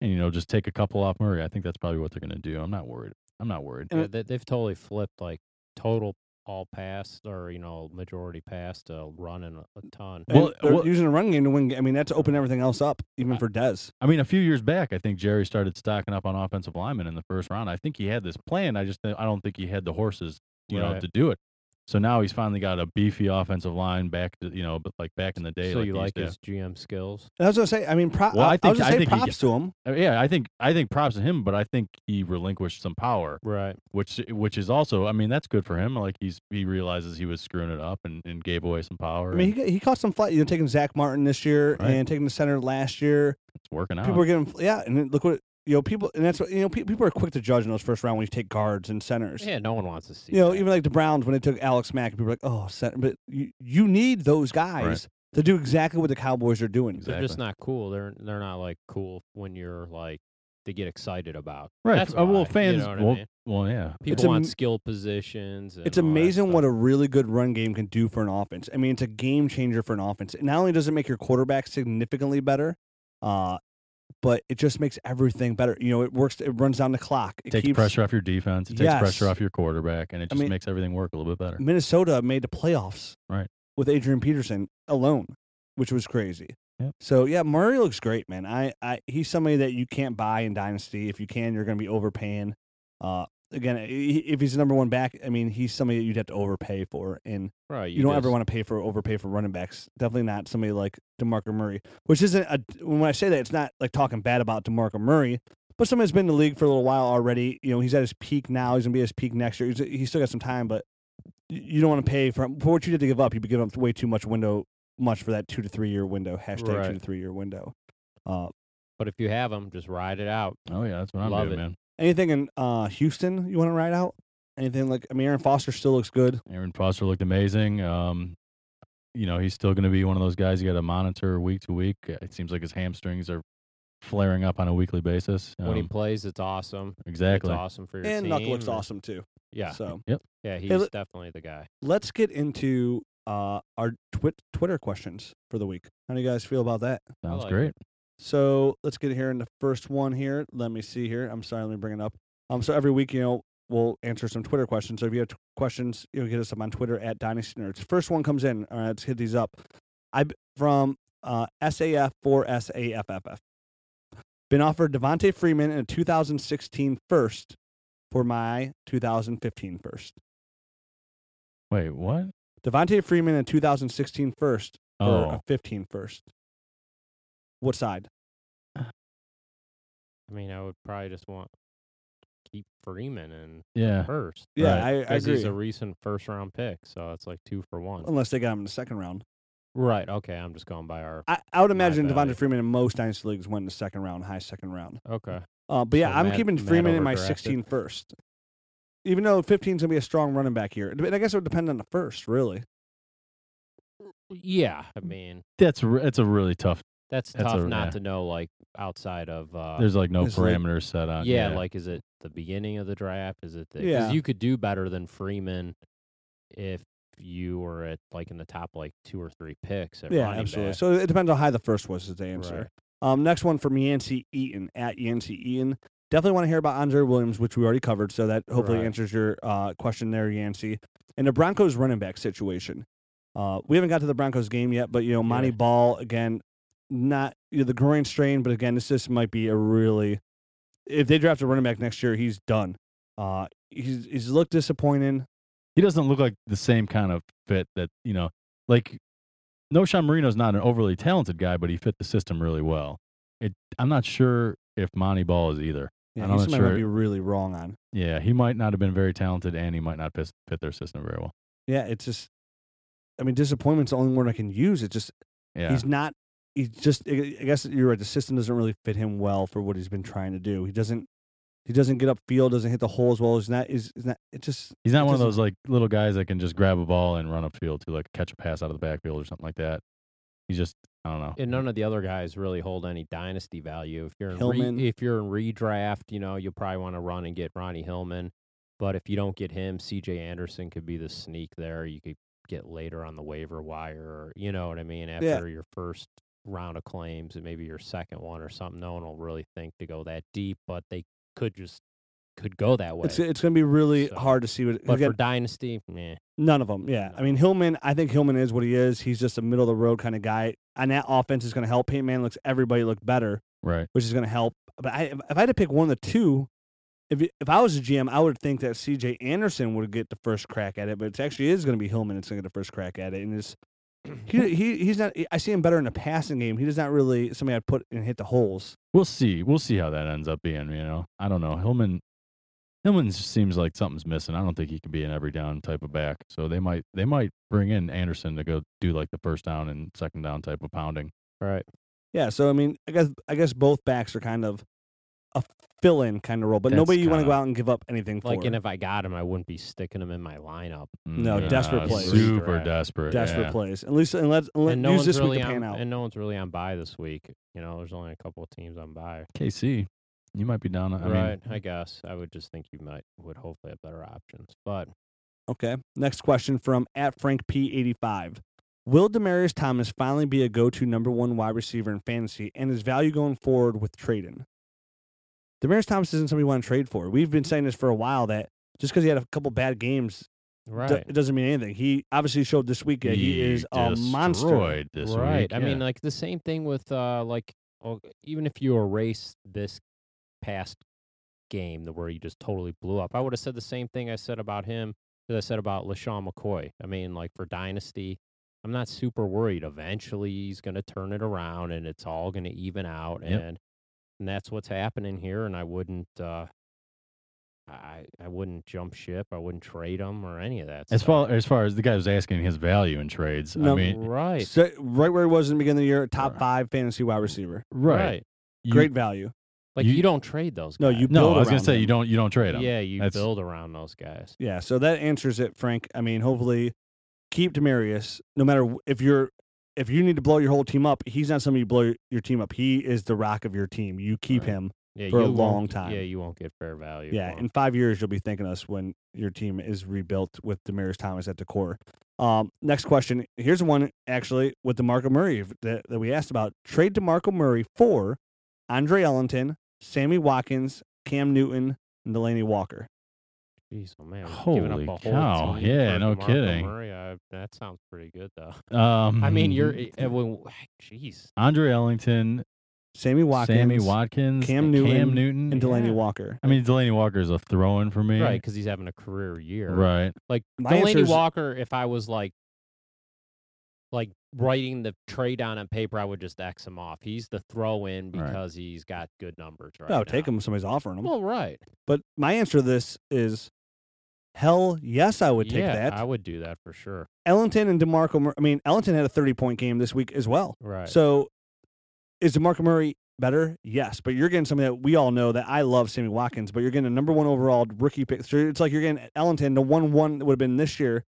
[SPEAKER 2] and you know just take a couple off Murray. I think that's probably what they're going to do. I'm not worried. I'm not worried.
[SPEAKER 1] And
[SPEAKER 3] Yeah, they, they've totally flipped like total all pass or you know majority pass to running a, a ton.
[SPEAKER 1] And
[SPEAKER 2] Well-
[SPEAKER 1] they're
[SPEAKER 2] well-
[SPEAKER 1] using a run game to win. ga- I mean, that's open everything else up, even for Dez.
[SPEAKER 2] I mean, a few years back, I think Jerry started stocking up on offensive linemen in the first round. I think he had this plan. I just I don't think he had the horses, you know,
[SPEAKER 3] Right.
[SPEAKER 2] to do it. So now he's finally got a beefy offensive line back, to, you know, but like back in the day.
[SPEAKER 3] so you
[SPEAKER 2] they
[SPEAKER 3] like
[SPEAKER 2] used to
[SPEAKER 3] his GM skills?
[SPEAKER 1] And I was gonna say. I mean, pro-
[SPEAKER 2] Well, I
[SPEAKER 1] I,
[SPEAKER 2] think-
[SPEAKER 1] was gonna
[SPEAKER 2] I
[SPEAKER 1] say
[SPEAKER 2] think he
[SPEAKER 1] props to him.
[SPEAKER 2] have- Uh, yeah, I think I think props to him, but I think he relinquished some power,
[SPEAKER 3] Right.
[SPEAKER 2] which which is also, I mean, that's good for him. Like he's he realizes he was screwing it up and, and gave away some power.
[SPEAKER 1] I mean,
[SPEAKER 2] and
[SPEAKER 1] he, he caught some flight. You know, taking Zach Martin this year
[SPEAKER 2] Right.
[SPEAKER 1] and taking the center last year.
[SPEAKER 2] it's working out.
[SPEAKER 1] People are getting yeah, and then look what you know. People and that's what you know. pe- People are quick to judge in those first round when you take guards and centers.
[SPEAKER 3] Yeah. No one wants to see.
[SPEAKER 1] You know,
[SPEAKER 3] that.
[SPEAKER 1] even like the Browns when they took Alex Mack, people were like, "Oh, center," but you, you need those guys to do exactly what the Cowboys are doing.
[SPEAKER 2] Exactly.
[SPEAKER 3] they're just not cool. They're they're not like cool when you're like they get excited about.
[SPEAKER 2] right?
[SPEAKER 3] That's
[SPEAKER 2] uh, well,
[SPEAKER 3] why,
[SPEAKER 2] fans.
[SPEAKER 3] You know what I
[SPEAKER 2] well,
[SPEAKER 3] mean?
[SPEAKER 2] well, yeah.
[SPEAKER 3] People
[SPEAKER 1] It's am-
[SPEAKER 3] want skill positions.
[SPEAKER 2] Oh,
[SPEAKER 3] and
[SPEAKER 1] It's
[SPEAKER 3] all that
[SPEAKER 1] amazing what
[SPEAKER 3] stuff.
[SPEAKER 1] a really good run game can do for an offense. I mean, it's a game changer for an offense. Not only does it make your quarterback significantly better, uh, but it just makes everything better. You know, it works. It runs down the clock. It
[SPEAKER 2] takes
[SPEAKER 1] keeps,
[SPEAKER 2] pressure off your defense. It takes pressure
[SPEAKER 1] Yes.
[SPEAKER 2] off your quarterback, and it
[SPEAKER 1] I
[SPEAKER 2] just
[SPEAKER 1] mean-
[SPEAKER 2] makes everything work a little bit better.
[SPEAKER 1] Minnesota made the playoffs
[SPEAKER 2] Right.
[SPEAKER 1] with Adrian Peterson alone, which was crazy.
[SPEAKER 2] Yep.
[SPEAKER 1] So yeah, Murray looks great, man. I, I he's somebody that you can't buy in Dynasty. If you can, you're going to be overpaying. Uh, again, i- i- if he's the number one back, I mean, he's somebody that you'd have to overpay for, and
[SPEAKER 3] right.
[SPEAKER 1] you, don't ever
[SPEAKER 3] just-
[SPEAKER 1] want to pay for overpay for running backs. Definitely not somebody like Demarco Murray, which isn't a, when I say that it's not like talking bad about Demarco Murray, but somebody that's been in the league for a little while already. You know, he's at his peak now. He's gonna be at his peak next year. He's, he's still got some time, but y- you don't want to pay for for what you did to give up. You'd be giving up way too much window, much for that two to three year window. Hashtag
[SPEAKER 3] Right.
[SPEAKER 1] two to three year window. Uh,
[SPEAKER 3] But if you have them, just ride it out.
[SPEAKER 2] Oh yeah, that's what I'm
[SPEAKER 3] Love
[SPEAKER 2] doing,
[SPEAKER 3] it.
[SPEAKER 2] man.
[SPEAKER 1] anything in uh, Houston you want to ride out? Anything like I mean, Aaron Foster still looks good.
[SPEAKER 2] Aaron Foster looked amazing. Um, you know, he's still going to be one of those guys you got to monitor week to week. It seems like his hamstrings are flaring up on a weekly basis.
[SPEAKER 3] When he
[SPEAKER 2] Um, plays,
[SPEAKER 3] plays, it's awesome.
[SPEAKER 2] exactly.
[SPEAKER 3] It's awesome for your
[SPEAKER 1] And
[SPEAKER 3] team.
[SPEAKER 1] Knuckle looks awesome too.
[SPEAKER 3] Yeah.
[SPEAKER 1] So
[SPEAKER 3] Yeah. He's
[SPEAKER 1] li-
[SPEAKER 3] definitely the guy.
[SPEAKER 1] let's get into uh, our twi- Twitter questions for the week. How do you guys feel about that?
[SPEAKER 2] Sounds
[SPEAKER 3] like it.
[SPEAKER 2] great.
[SPEAKER 1] So let's get here in the first one here. Let me see here. I'm sorry, let me bring it up. Um, so every week, you know, we'll answer some Twitter questions. So if you have t- questions, you know, get us up on Twitter at Dynasty Nerds. First one comes in. All right, let's hit these up. I b- from uh, SAF for SAFFF. Been offered Devontae Freeman in a 2016 first for my 2015 first.
[SPEAKER 2] Wait, what?
[SPEAKER 1] Devontae Freeman in 2016 first for
[SPEAKER 2] Oh,
[SPEAKER 1] a 15 first. What side?
[SPEAKER 3] I mean, I would probably just want keep Freeman and
[SPEAKER 2] Yeah.
[SPEAKER 3] first.
[SPEAKER 1] Yeah,
[SPEAKER 2] Right.
[SPEAKER 1] I, I
[SPEAKER 3] Because
[SPEAKER 1] agree.
[SPEAKER 3] he's a recent first round pick, so it's like two for one.
[SPEAKER 1] Unless they got him in the second round,
[SPEAKER 3] Right. Okay. I'm just going by our.
[SPEAKER 1] I, I would imagine
[SPEAKER 3] value.
[SPEAKER 1] Devonta Freeman in most dynasty leagues went in the second round, high second round.
[SPEAKER 3] Okay.
[SPEAKER 1] Uh, but yeah,
[SPEAKER 3] So
[SPEAKER 1] I'm
[SPEAKER 3] Matt-
[SPEAKER 1] keeping
[SPEAKER 3] Matt
[SPEAKER 1] Freeman in my
[SPEAKER 3] overdrafted.
[SPEAKER 1] 16 first. Even though 15 is gonna be a strong running back here, But I guess it would depend on the first, really.
[SPEAKER 3] Yeah. I mean,
[SPEAKER 2] That's re- it's a really tough.
[SPEAKER 3] that's,
[SPEAKER 2] That's
[SPEAKER 3] tough
[SPEAKER 2] a-
[SPEAKER 3] not
[SPEAKER 2] yeah.
[SPEAKER 3] to know, like, outside of. Uh,
[SPEAKER 2] There's uh, like no
[SPEAKER 1] It's like-
[SPEAKER 2] parameters set on.
[SPEAKER 3] yeah, Like, is it the beginning of the draft? Is it the. Because
[SPEAKER 1] Yeah.
[SPEAKER 3] you could do better than Freeman if you were at, like, in the top, like, two or three picks. At
[SPEAKER 1] Yeah,
[SPEAKER 3] running
[SPEAKER 1] absolutely.
[SPEAKER 3] back.
[SPEAKER 1] So it depends on how high the first was is the answer.
[SPEAKER 3] Right.
[SPEAKER 1] Um, next one from Yancey Eaton at Yancey Eaton. Definitely want to hear about Andre Williams, which we already covered, so that hopefully
[SPEAKER 3] Right.
[SPEAKER 1] answers your uh, question there, Yancey. And the Broncos running back situation. Uh, we haven't got to the Broncos game yet, but you know, Monty
[SPEAKER 3] Yeah.
[SPEAKER 1] Ball again, not you know, the groin strain, but again, this this might be a really if they draft a running back next year, he's done. Uh, he's he's looked disappointing.
[SPEAKER 2] he doesn't look like the same kind of fit that you know. Like, no, Sean Marino's not an overly talented guy, but he fit the system really well. It. I'm not sure if Monty Ball is either.
[SPEAKER 1] Yeah,
[SPEAKER 2] I'm
[SPEAKER 1] he's
[SPEAKER 2] not
[SPEAKER 1] somebody I might
[SPEAKER 2] sure.
[SPEAKER 1] be really wrong on.
[SPEAKER 2] Yeah, he might not have been very talented, and he might not fit, fit their system very well.
[SPEAKER 1] Yeah, it's just I mean, disappointment's the only word I can use. It just
[SPEAKER 2] Yeah.
[SPEAKER 1] He's not. He's just. I I guess you're right. The system doesn't really fit him well for what he's been trying to do. He doesn't. He doesn't get up field. Doesn't hit the hole as well. He's not. Is not. It just.
[SPEAKER 2] He's not
[SPEAKER 1] It
[SPEAKER 2] one of
[SPEAKER 1] doesn't-
[SPEAKER 2] those like little guys that can just grab a ball and run upfield to like catch a pass out of the backfield or something like that. He's just I don't know.
[SPEAKER 3] and none of the other guys really hold any dynasty value. If you're in
[SPEAKER 1] Hillman.
[SPEAKER 3] re, if you're in redraft, you know you'll probably want to run and get Ronnie Hillman. But if you don't get him, C.J. Anderson could be the sneak there. You could get later on the waiver wire, or you know what I mean. After your first round of claims and maybe your second one or something, no one will really think to go that deep. But they could just could go that way.
[SPEAKER 1] It's. It's going to be really
[SPEAKER 3] So-
[SPEAKER 1] hard to see what.
[SPEAKER 3] but
[SPEAKER 1] again,
[SPEAKER 3] for dynasty, meh.
[SPEAKER 1] none of them. Yeah. I mean Hillman. I think Hillman is what he is. He's just a middle of the road kind of guy. And that offense is going to help. Peyton Man looks everybody look better,
[SPEAKER 2] Right.
[SPEAKER 1] which is going to help. But I, if I had to pick one of the two. If, it- if I was a GM, I would think that C.J. Anderson would get the first crack at it, but it actually is going to be Hillman that's going to get the first crack at it, and it's he, he he's not. I see him better in the passing game. He does not really somebody I'd put and hit the holes.
[SPEAKER 2] We'll see. We'll see how that ends up being, you know. I don't know. Hillman Hillman just seems like something's missing. I don't think he can be an every down type of back. So they might they might bring in Anderson to go do like the first down and second down type of pounding.
[SPEAKER 3] right?
[SPEAKER 1] Yeah, so I mean, I guess I guess both backs are kind of a fill in kind of role, but
[SPEAKER 2] That's
[SPEAKER 1] nobody you want to go
[SPEAKER 2] kinda-
[SPEAKER 1] out and give up anything for.
[SPEAKER 3] Like, and if I got him, I wouldn't be sticking him in my lineup.
[SPEAKER 1] No, desperate plays.
[SPEAKER 2] Mm, Super desperate.
[SPEAKER 1] desperate
[SPEAKER 2] yeah.
[SPEAKER 1] plays, at least and let's let,
[SPEAKER 3] and no
[SPEAKER 1] use
[SPEAKER 3] one's
[SPEAKER 1] this
[SPEAKER 3] really
[SPEAKER 1] week to
[SPEAKER 3] on,
[SPEAKER 1] pan out.
[SPEAKER 3] And no one's really on buy this week. You know, there's only a couple of teams on buy.
[SPEAKER 2] KC. You might be down. I
[SPEAKER 3] right.
[SPEAKER 2] mean
[SPEAKER 3] I guess. I would just think you might would hopefully have better options. But
[SPEAKER 1] Okay, next question from at Frank P eighty five. Will Demarius Thomas finally be a go to number one wide receiver in fantasy, and his value going forward with trading? Demarius Thomas isn't somebody you want to trade for. We've been saying this for a while that just because he had a couple bad games
[SPEAKER 3] right.
[SPEAKER 1] do- it doesn't mean anything. He obviously showed this week that he, is a monster.
[SPEAKER 2] destroyed This
[SPEAKER 3] right.
[SPEAKER 2] week,
[SPEAKER 3] I
[SPEAKER 2] yeah.
[SPEAKER 1] uh,
[SPEAKER 3] mean, like the same thing with uh like oh, even if you erase this past game the where he just totally blew up, I would have said the same thing I said about him that I said about LaShawn McCoy. I mean, like for Dynasty, I'm not super worried. Eventually he's gonna turn it around and it's all gonna even out
[SPEAKER 2] Yep.
[SPEAKER 3] and and that's what's happening here and I wouldn't uh I, I wouldn't jump ship. I wouldn't trade him or any of that.
[SPEAKER 2] As
[SPEAKER 3] stuff.
[SPEAKER 2] far as far as the guy was asking his value in trades,
[SPEAKER 1] No,
[SPEAKER 2] I mean,
[SPEAKER 3] right,
[SPEAKER 1] So, right where he was in the beginning of the year, top
[SPEAKER 2] Right.
[SPEAKER 1] five fantasy wide receiver.
[SPEAKER 2] right?
[SPEAKER 3] right.
[SPEAKER 2] You-
[SPEAKER 1] Great value.
[SPEAKER 3] Like
[SPEAKER 2] You-
[SPEAKER 3] you, don't trade those.
[SPEAKER 1] No,
[SPEAKER 3] guys.
[SPEAKER 1] you
[SPEAKER 2] No,
[SPEAKER 1] build
[SPEAKER 2] I was gonna
[SPEAKER 1] around
[SPEAKER 2] say you
[SPEAKER 1] him.
[SPEAKER 2] don't you don't trade them.
[SPEAKER 3] Yeah, you
[SPEAKER 2] That's-
[SPEAKER 3] build around those guys.
[SPEAKER 1] Yeah, so that answers it, Frank. I mean, hopefully, keep Demarius. No matter wh- if you're, if you need to blow your whole team up, he's not somebody you blow your- your team up. He is the rock of your team. You keep
[SPEAKER 3] Right.
[SPEAKER 1] him.
[SPEAKER 3] Yeah,
[SPEAKER 1] For a
[SPEAKER 3] you won't-
[SPEAKER 1] long time.
[SPEAKER 3] Yeah, you won't get fair value.
[SPEAKER 1] Yeah,
[SPEAKER 3] for
[SPEAKER 1] in five years, you'll be thanking us when your team is rebuilt with Demarius Thomas at the core. Um, next question. Here's one actually with DeMarco Murray that, that we asked about. Trade DeMarco Murray for Andre Ellington, Sammy Watkins, Cam Newton, and Delaney Walker.
[SPEAKER 3] him. Jeez, oh man, we've given
[SPEAKER 2] Holy
[SPEAKER 3] up a whole
[SPEAKER 2] cow,
[SPEAKER 3] team
[SPEAKER 2] yeah,
[SPEAKER 3] for
[SPEAKER 2] no
[SPEAKER 3] DeMarco
[SPEAKER 2] kidding.
[SPEAKER 3] Murray, I- that sounds pretty good though.
[SPEAKER 2] Um,
[SPEAKER 3] I mean, you're. eh, eh, when- Jeez,
[SPEAKER 2] Andre Ellington,
[SPEAKER 1] Sammy Watkins,
[SPEAKER 2] Sammy Watkins,
[SPEAKER 1] Cam
[SPEAKER 2] and
[SPEAKER 1] Newton,
[SPEAKER 2] Cam Newton,
[SPEAKER 1] and Delaney
[SPEAKER 2] Yeah.
[SPEAKER 1] Walker.
[SPEAKER 2] I mean, Delaney Walker is a throw-in for me.
[SPEAKER 3] right? Because he's having a career year.
[SPEAKER 2] Right.
[SPEAKER 3] Like
[SPEAKER 1] My answer
[SPEAKER 3] Delaney
[SPEAKER 1] is-
[SPEAKER 3] Walker. If I was like like writing the trade down on paper, I would just X him off. He's the throw in
[SPEAKER 2] Right.
[SPEAKER 3] because he's got good numbers, right?
[SPEAKER 1] no, Oh, take
[SPEAKER 3] now.
[SPEAKER 1] them if somebody's offering them.
[SPEAKER 3] Well, right.
[SPEAKER 1] but my answer to this is hell yes, I would take
[SPEAKER 3] yeah,
[SPEAKER 1] that.
[SPEAKER 3] I would do that for sure.
[SPEAKER 1] Ellenton and DeMarco, Mur- I mean, Ellenton had a 30 point game this week as well.
[SPEAKER 3] Right.
[SPEAKER 1] So is DeMarco Murray better? Yes, but you're getting something that we all know that I love Sammy Watkins, but you're getting a number one overall rookie pick. So it's like you're getting Ellington, the one one that would have been this year,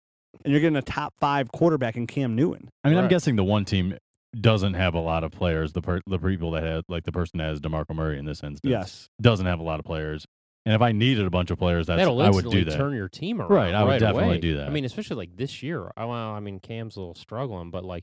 [SPEAKER 1] and you're getting a top five quarterback in Cam Newton.
[SPEAKER 2] I mean, I'm
[SPEAKER 3] Right.
[SPEAKER 2] guessing the one team doesn't have a lot of players. The per- the people that have like the person that has Demarco Murray in this instance
[SPEAKER 1] Yes.
[SPEAKER 2] doesn't have a lot of players. And if I needed a bunch of players, that's
[SPEAKER 3] That'll
[SPEAKER 2] I would
[SPEAKER 3] instantly
[SPEAKER 2] do that.
[SPEAKER 3] turn your team around.
[SPEAKER 2] Right, I would definitely
[SPEAKER 3] away.
[SPEAKER 2] do that.
[SPEAKER 3] I mean, especially like this year. I, well, I mean, Cam's a little struggling, but like,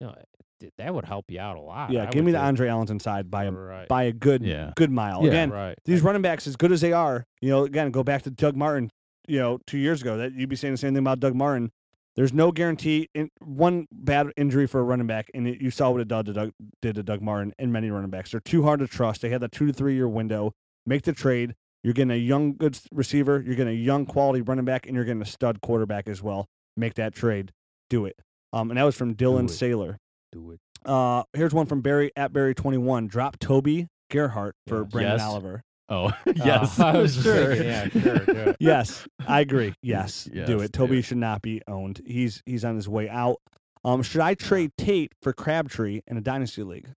[SPEAKER 3] you know, th- that would help you out a lot.
[SPEAKER 1] Yeah,
[SPEAKER 3] I
[SPEAKER 1] give
[SPEAKER 3] would
[SPEAKER 1] me the
[SPEAKER 3] do-
[SPEAKER 1] Andre Ellington side by a,
[SPEAKER 3] Right.
[SPEAKER 1] by a good
[SPEAKER 2] Yeah.
[SPEAKER 1] good mile.
[SPEAKER 2] Yeah.
[SPEAKER 1] Again,
[SPEAKER 3] right.
[SPEAKER 1] these running backs, as good as they are, you know, again, go back to Doug Martin, you know, two years ago. That you'd be saying the same thing about Doug Martin. There's no guarantee. In, one bad injury for a running back, and it, you saw what it did to, Doug, did to Doug Martin and many running backs. They're too hard to trust. They had that two to three year window. Make the trade. You're getting a young good s- receiver. You're getting a young quality running back, and you're getting a stud quarterback as well. Make that trade. Do it. Um, and that was from Dylan
[SPEAKER 3] it.
[SPEAKER 1] Saylor.
[SPEAKER 3] do it.
[SPEAKER 1] Uh, here's one from Barry at Barry twenty one. Drop Toby Gerhart for
[SPEAKER 3] Yes.
[SPEAKER 1] Brandon
[SPEAKER 2] Yes.
[SPEAKER 1] Oliver.
[SPEAKER 2] oh yes,
[SPEAKER 3] I was just
[SPEAKER 2] sure.
[SPEAKER 3] thinking, yeah, sure, do it.
[SPEAKER 1] yes, I agree. Yes, do
[SPEAKER 2] Yes,
[SPEAKER 1] it. Toby
[SPEAKER 2] yeah.
[SPEAKER 1] should not be owned. He's he's on his way out. Um, should I trade Tate for Crabtree in a dynasty league?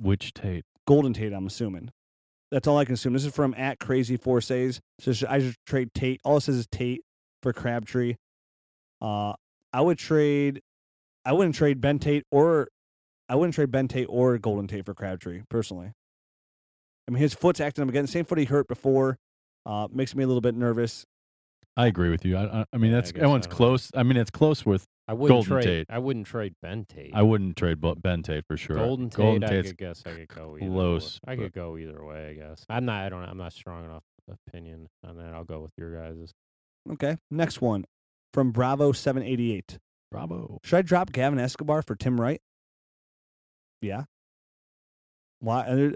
[SPEAKER 2] Which Tate?
[SPEAKER 1] Golden Tate, I'm assuming. That's all I can assume. This is from at Crazy Four Says. So should I should trade Tate. All it says is Tate for Crabtree. Uh, I would trade. I wouldn't trade Ben Tate or I wouldn't trade Ben Tate or Golden Tate for Crabtree personally. I mean, his foot's acting up again. Same foot he hurt before. Uh, makes me a little bit nervous.
[SPEAKER 2] I agree with you. I, I, I mean,
[SPEAKER 3] Yeah, I
[SPEAKER 2] that's
[SPEAKER 3] guess
[SPEAKER 2] everyone's
[SPEAKER 3] I don't know.
[SPEAKER 2] close. I mean, it's close with.
[SPEAKER 3] I wouldn't
[SPEAKER 2] Golden
[SPEAKER 3] trade.
[SPEAKER 2] Tate.
[SPEAKER 3] I wouldn't trade Ben Tate.
[SPEAKER 2] I wouldn't trade Bu- Ben Tate for sure.
[SPEAKER 3] Golden Tate.
[SPEAKER 2] Golden
[SPEAKER 3] I
[SPEAKER 2] Tate's
[SPEAKER 3] could guess I could go either.
[SPEAKER 2] close,
[SPEAKER 3] way. I
[SPEAKER 2] but-
[SPEAKER 3] could go either way. I guess I'm not. I don't. I'm not strong enough opinion on that. I'll go with your guys's.
[SPEAKER 1] Okay. Next one from Bravo 788.
[SPEAKER 2] bravo.
[SPEAKER 1] Should I drop Gavin Escobar for Tim Wright? Yeah. Why? and there-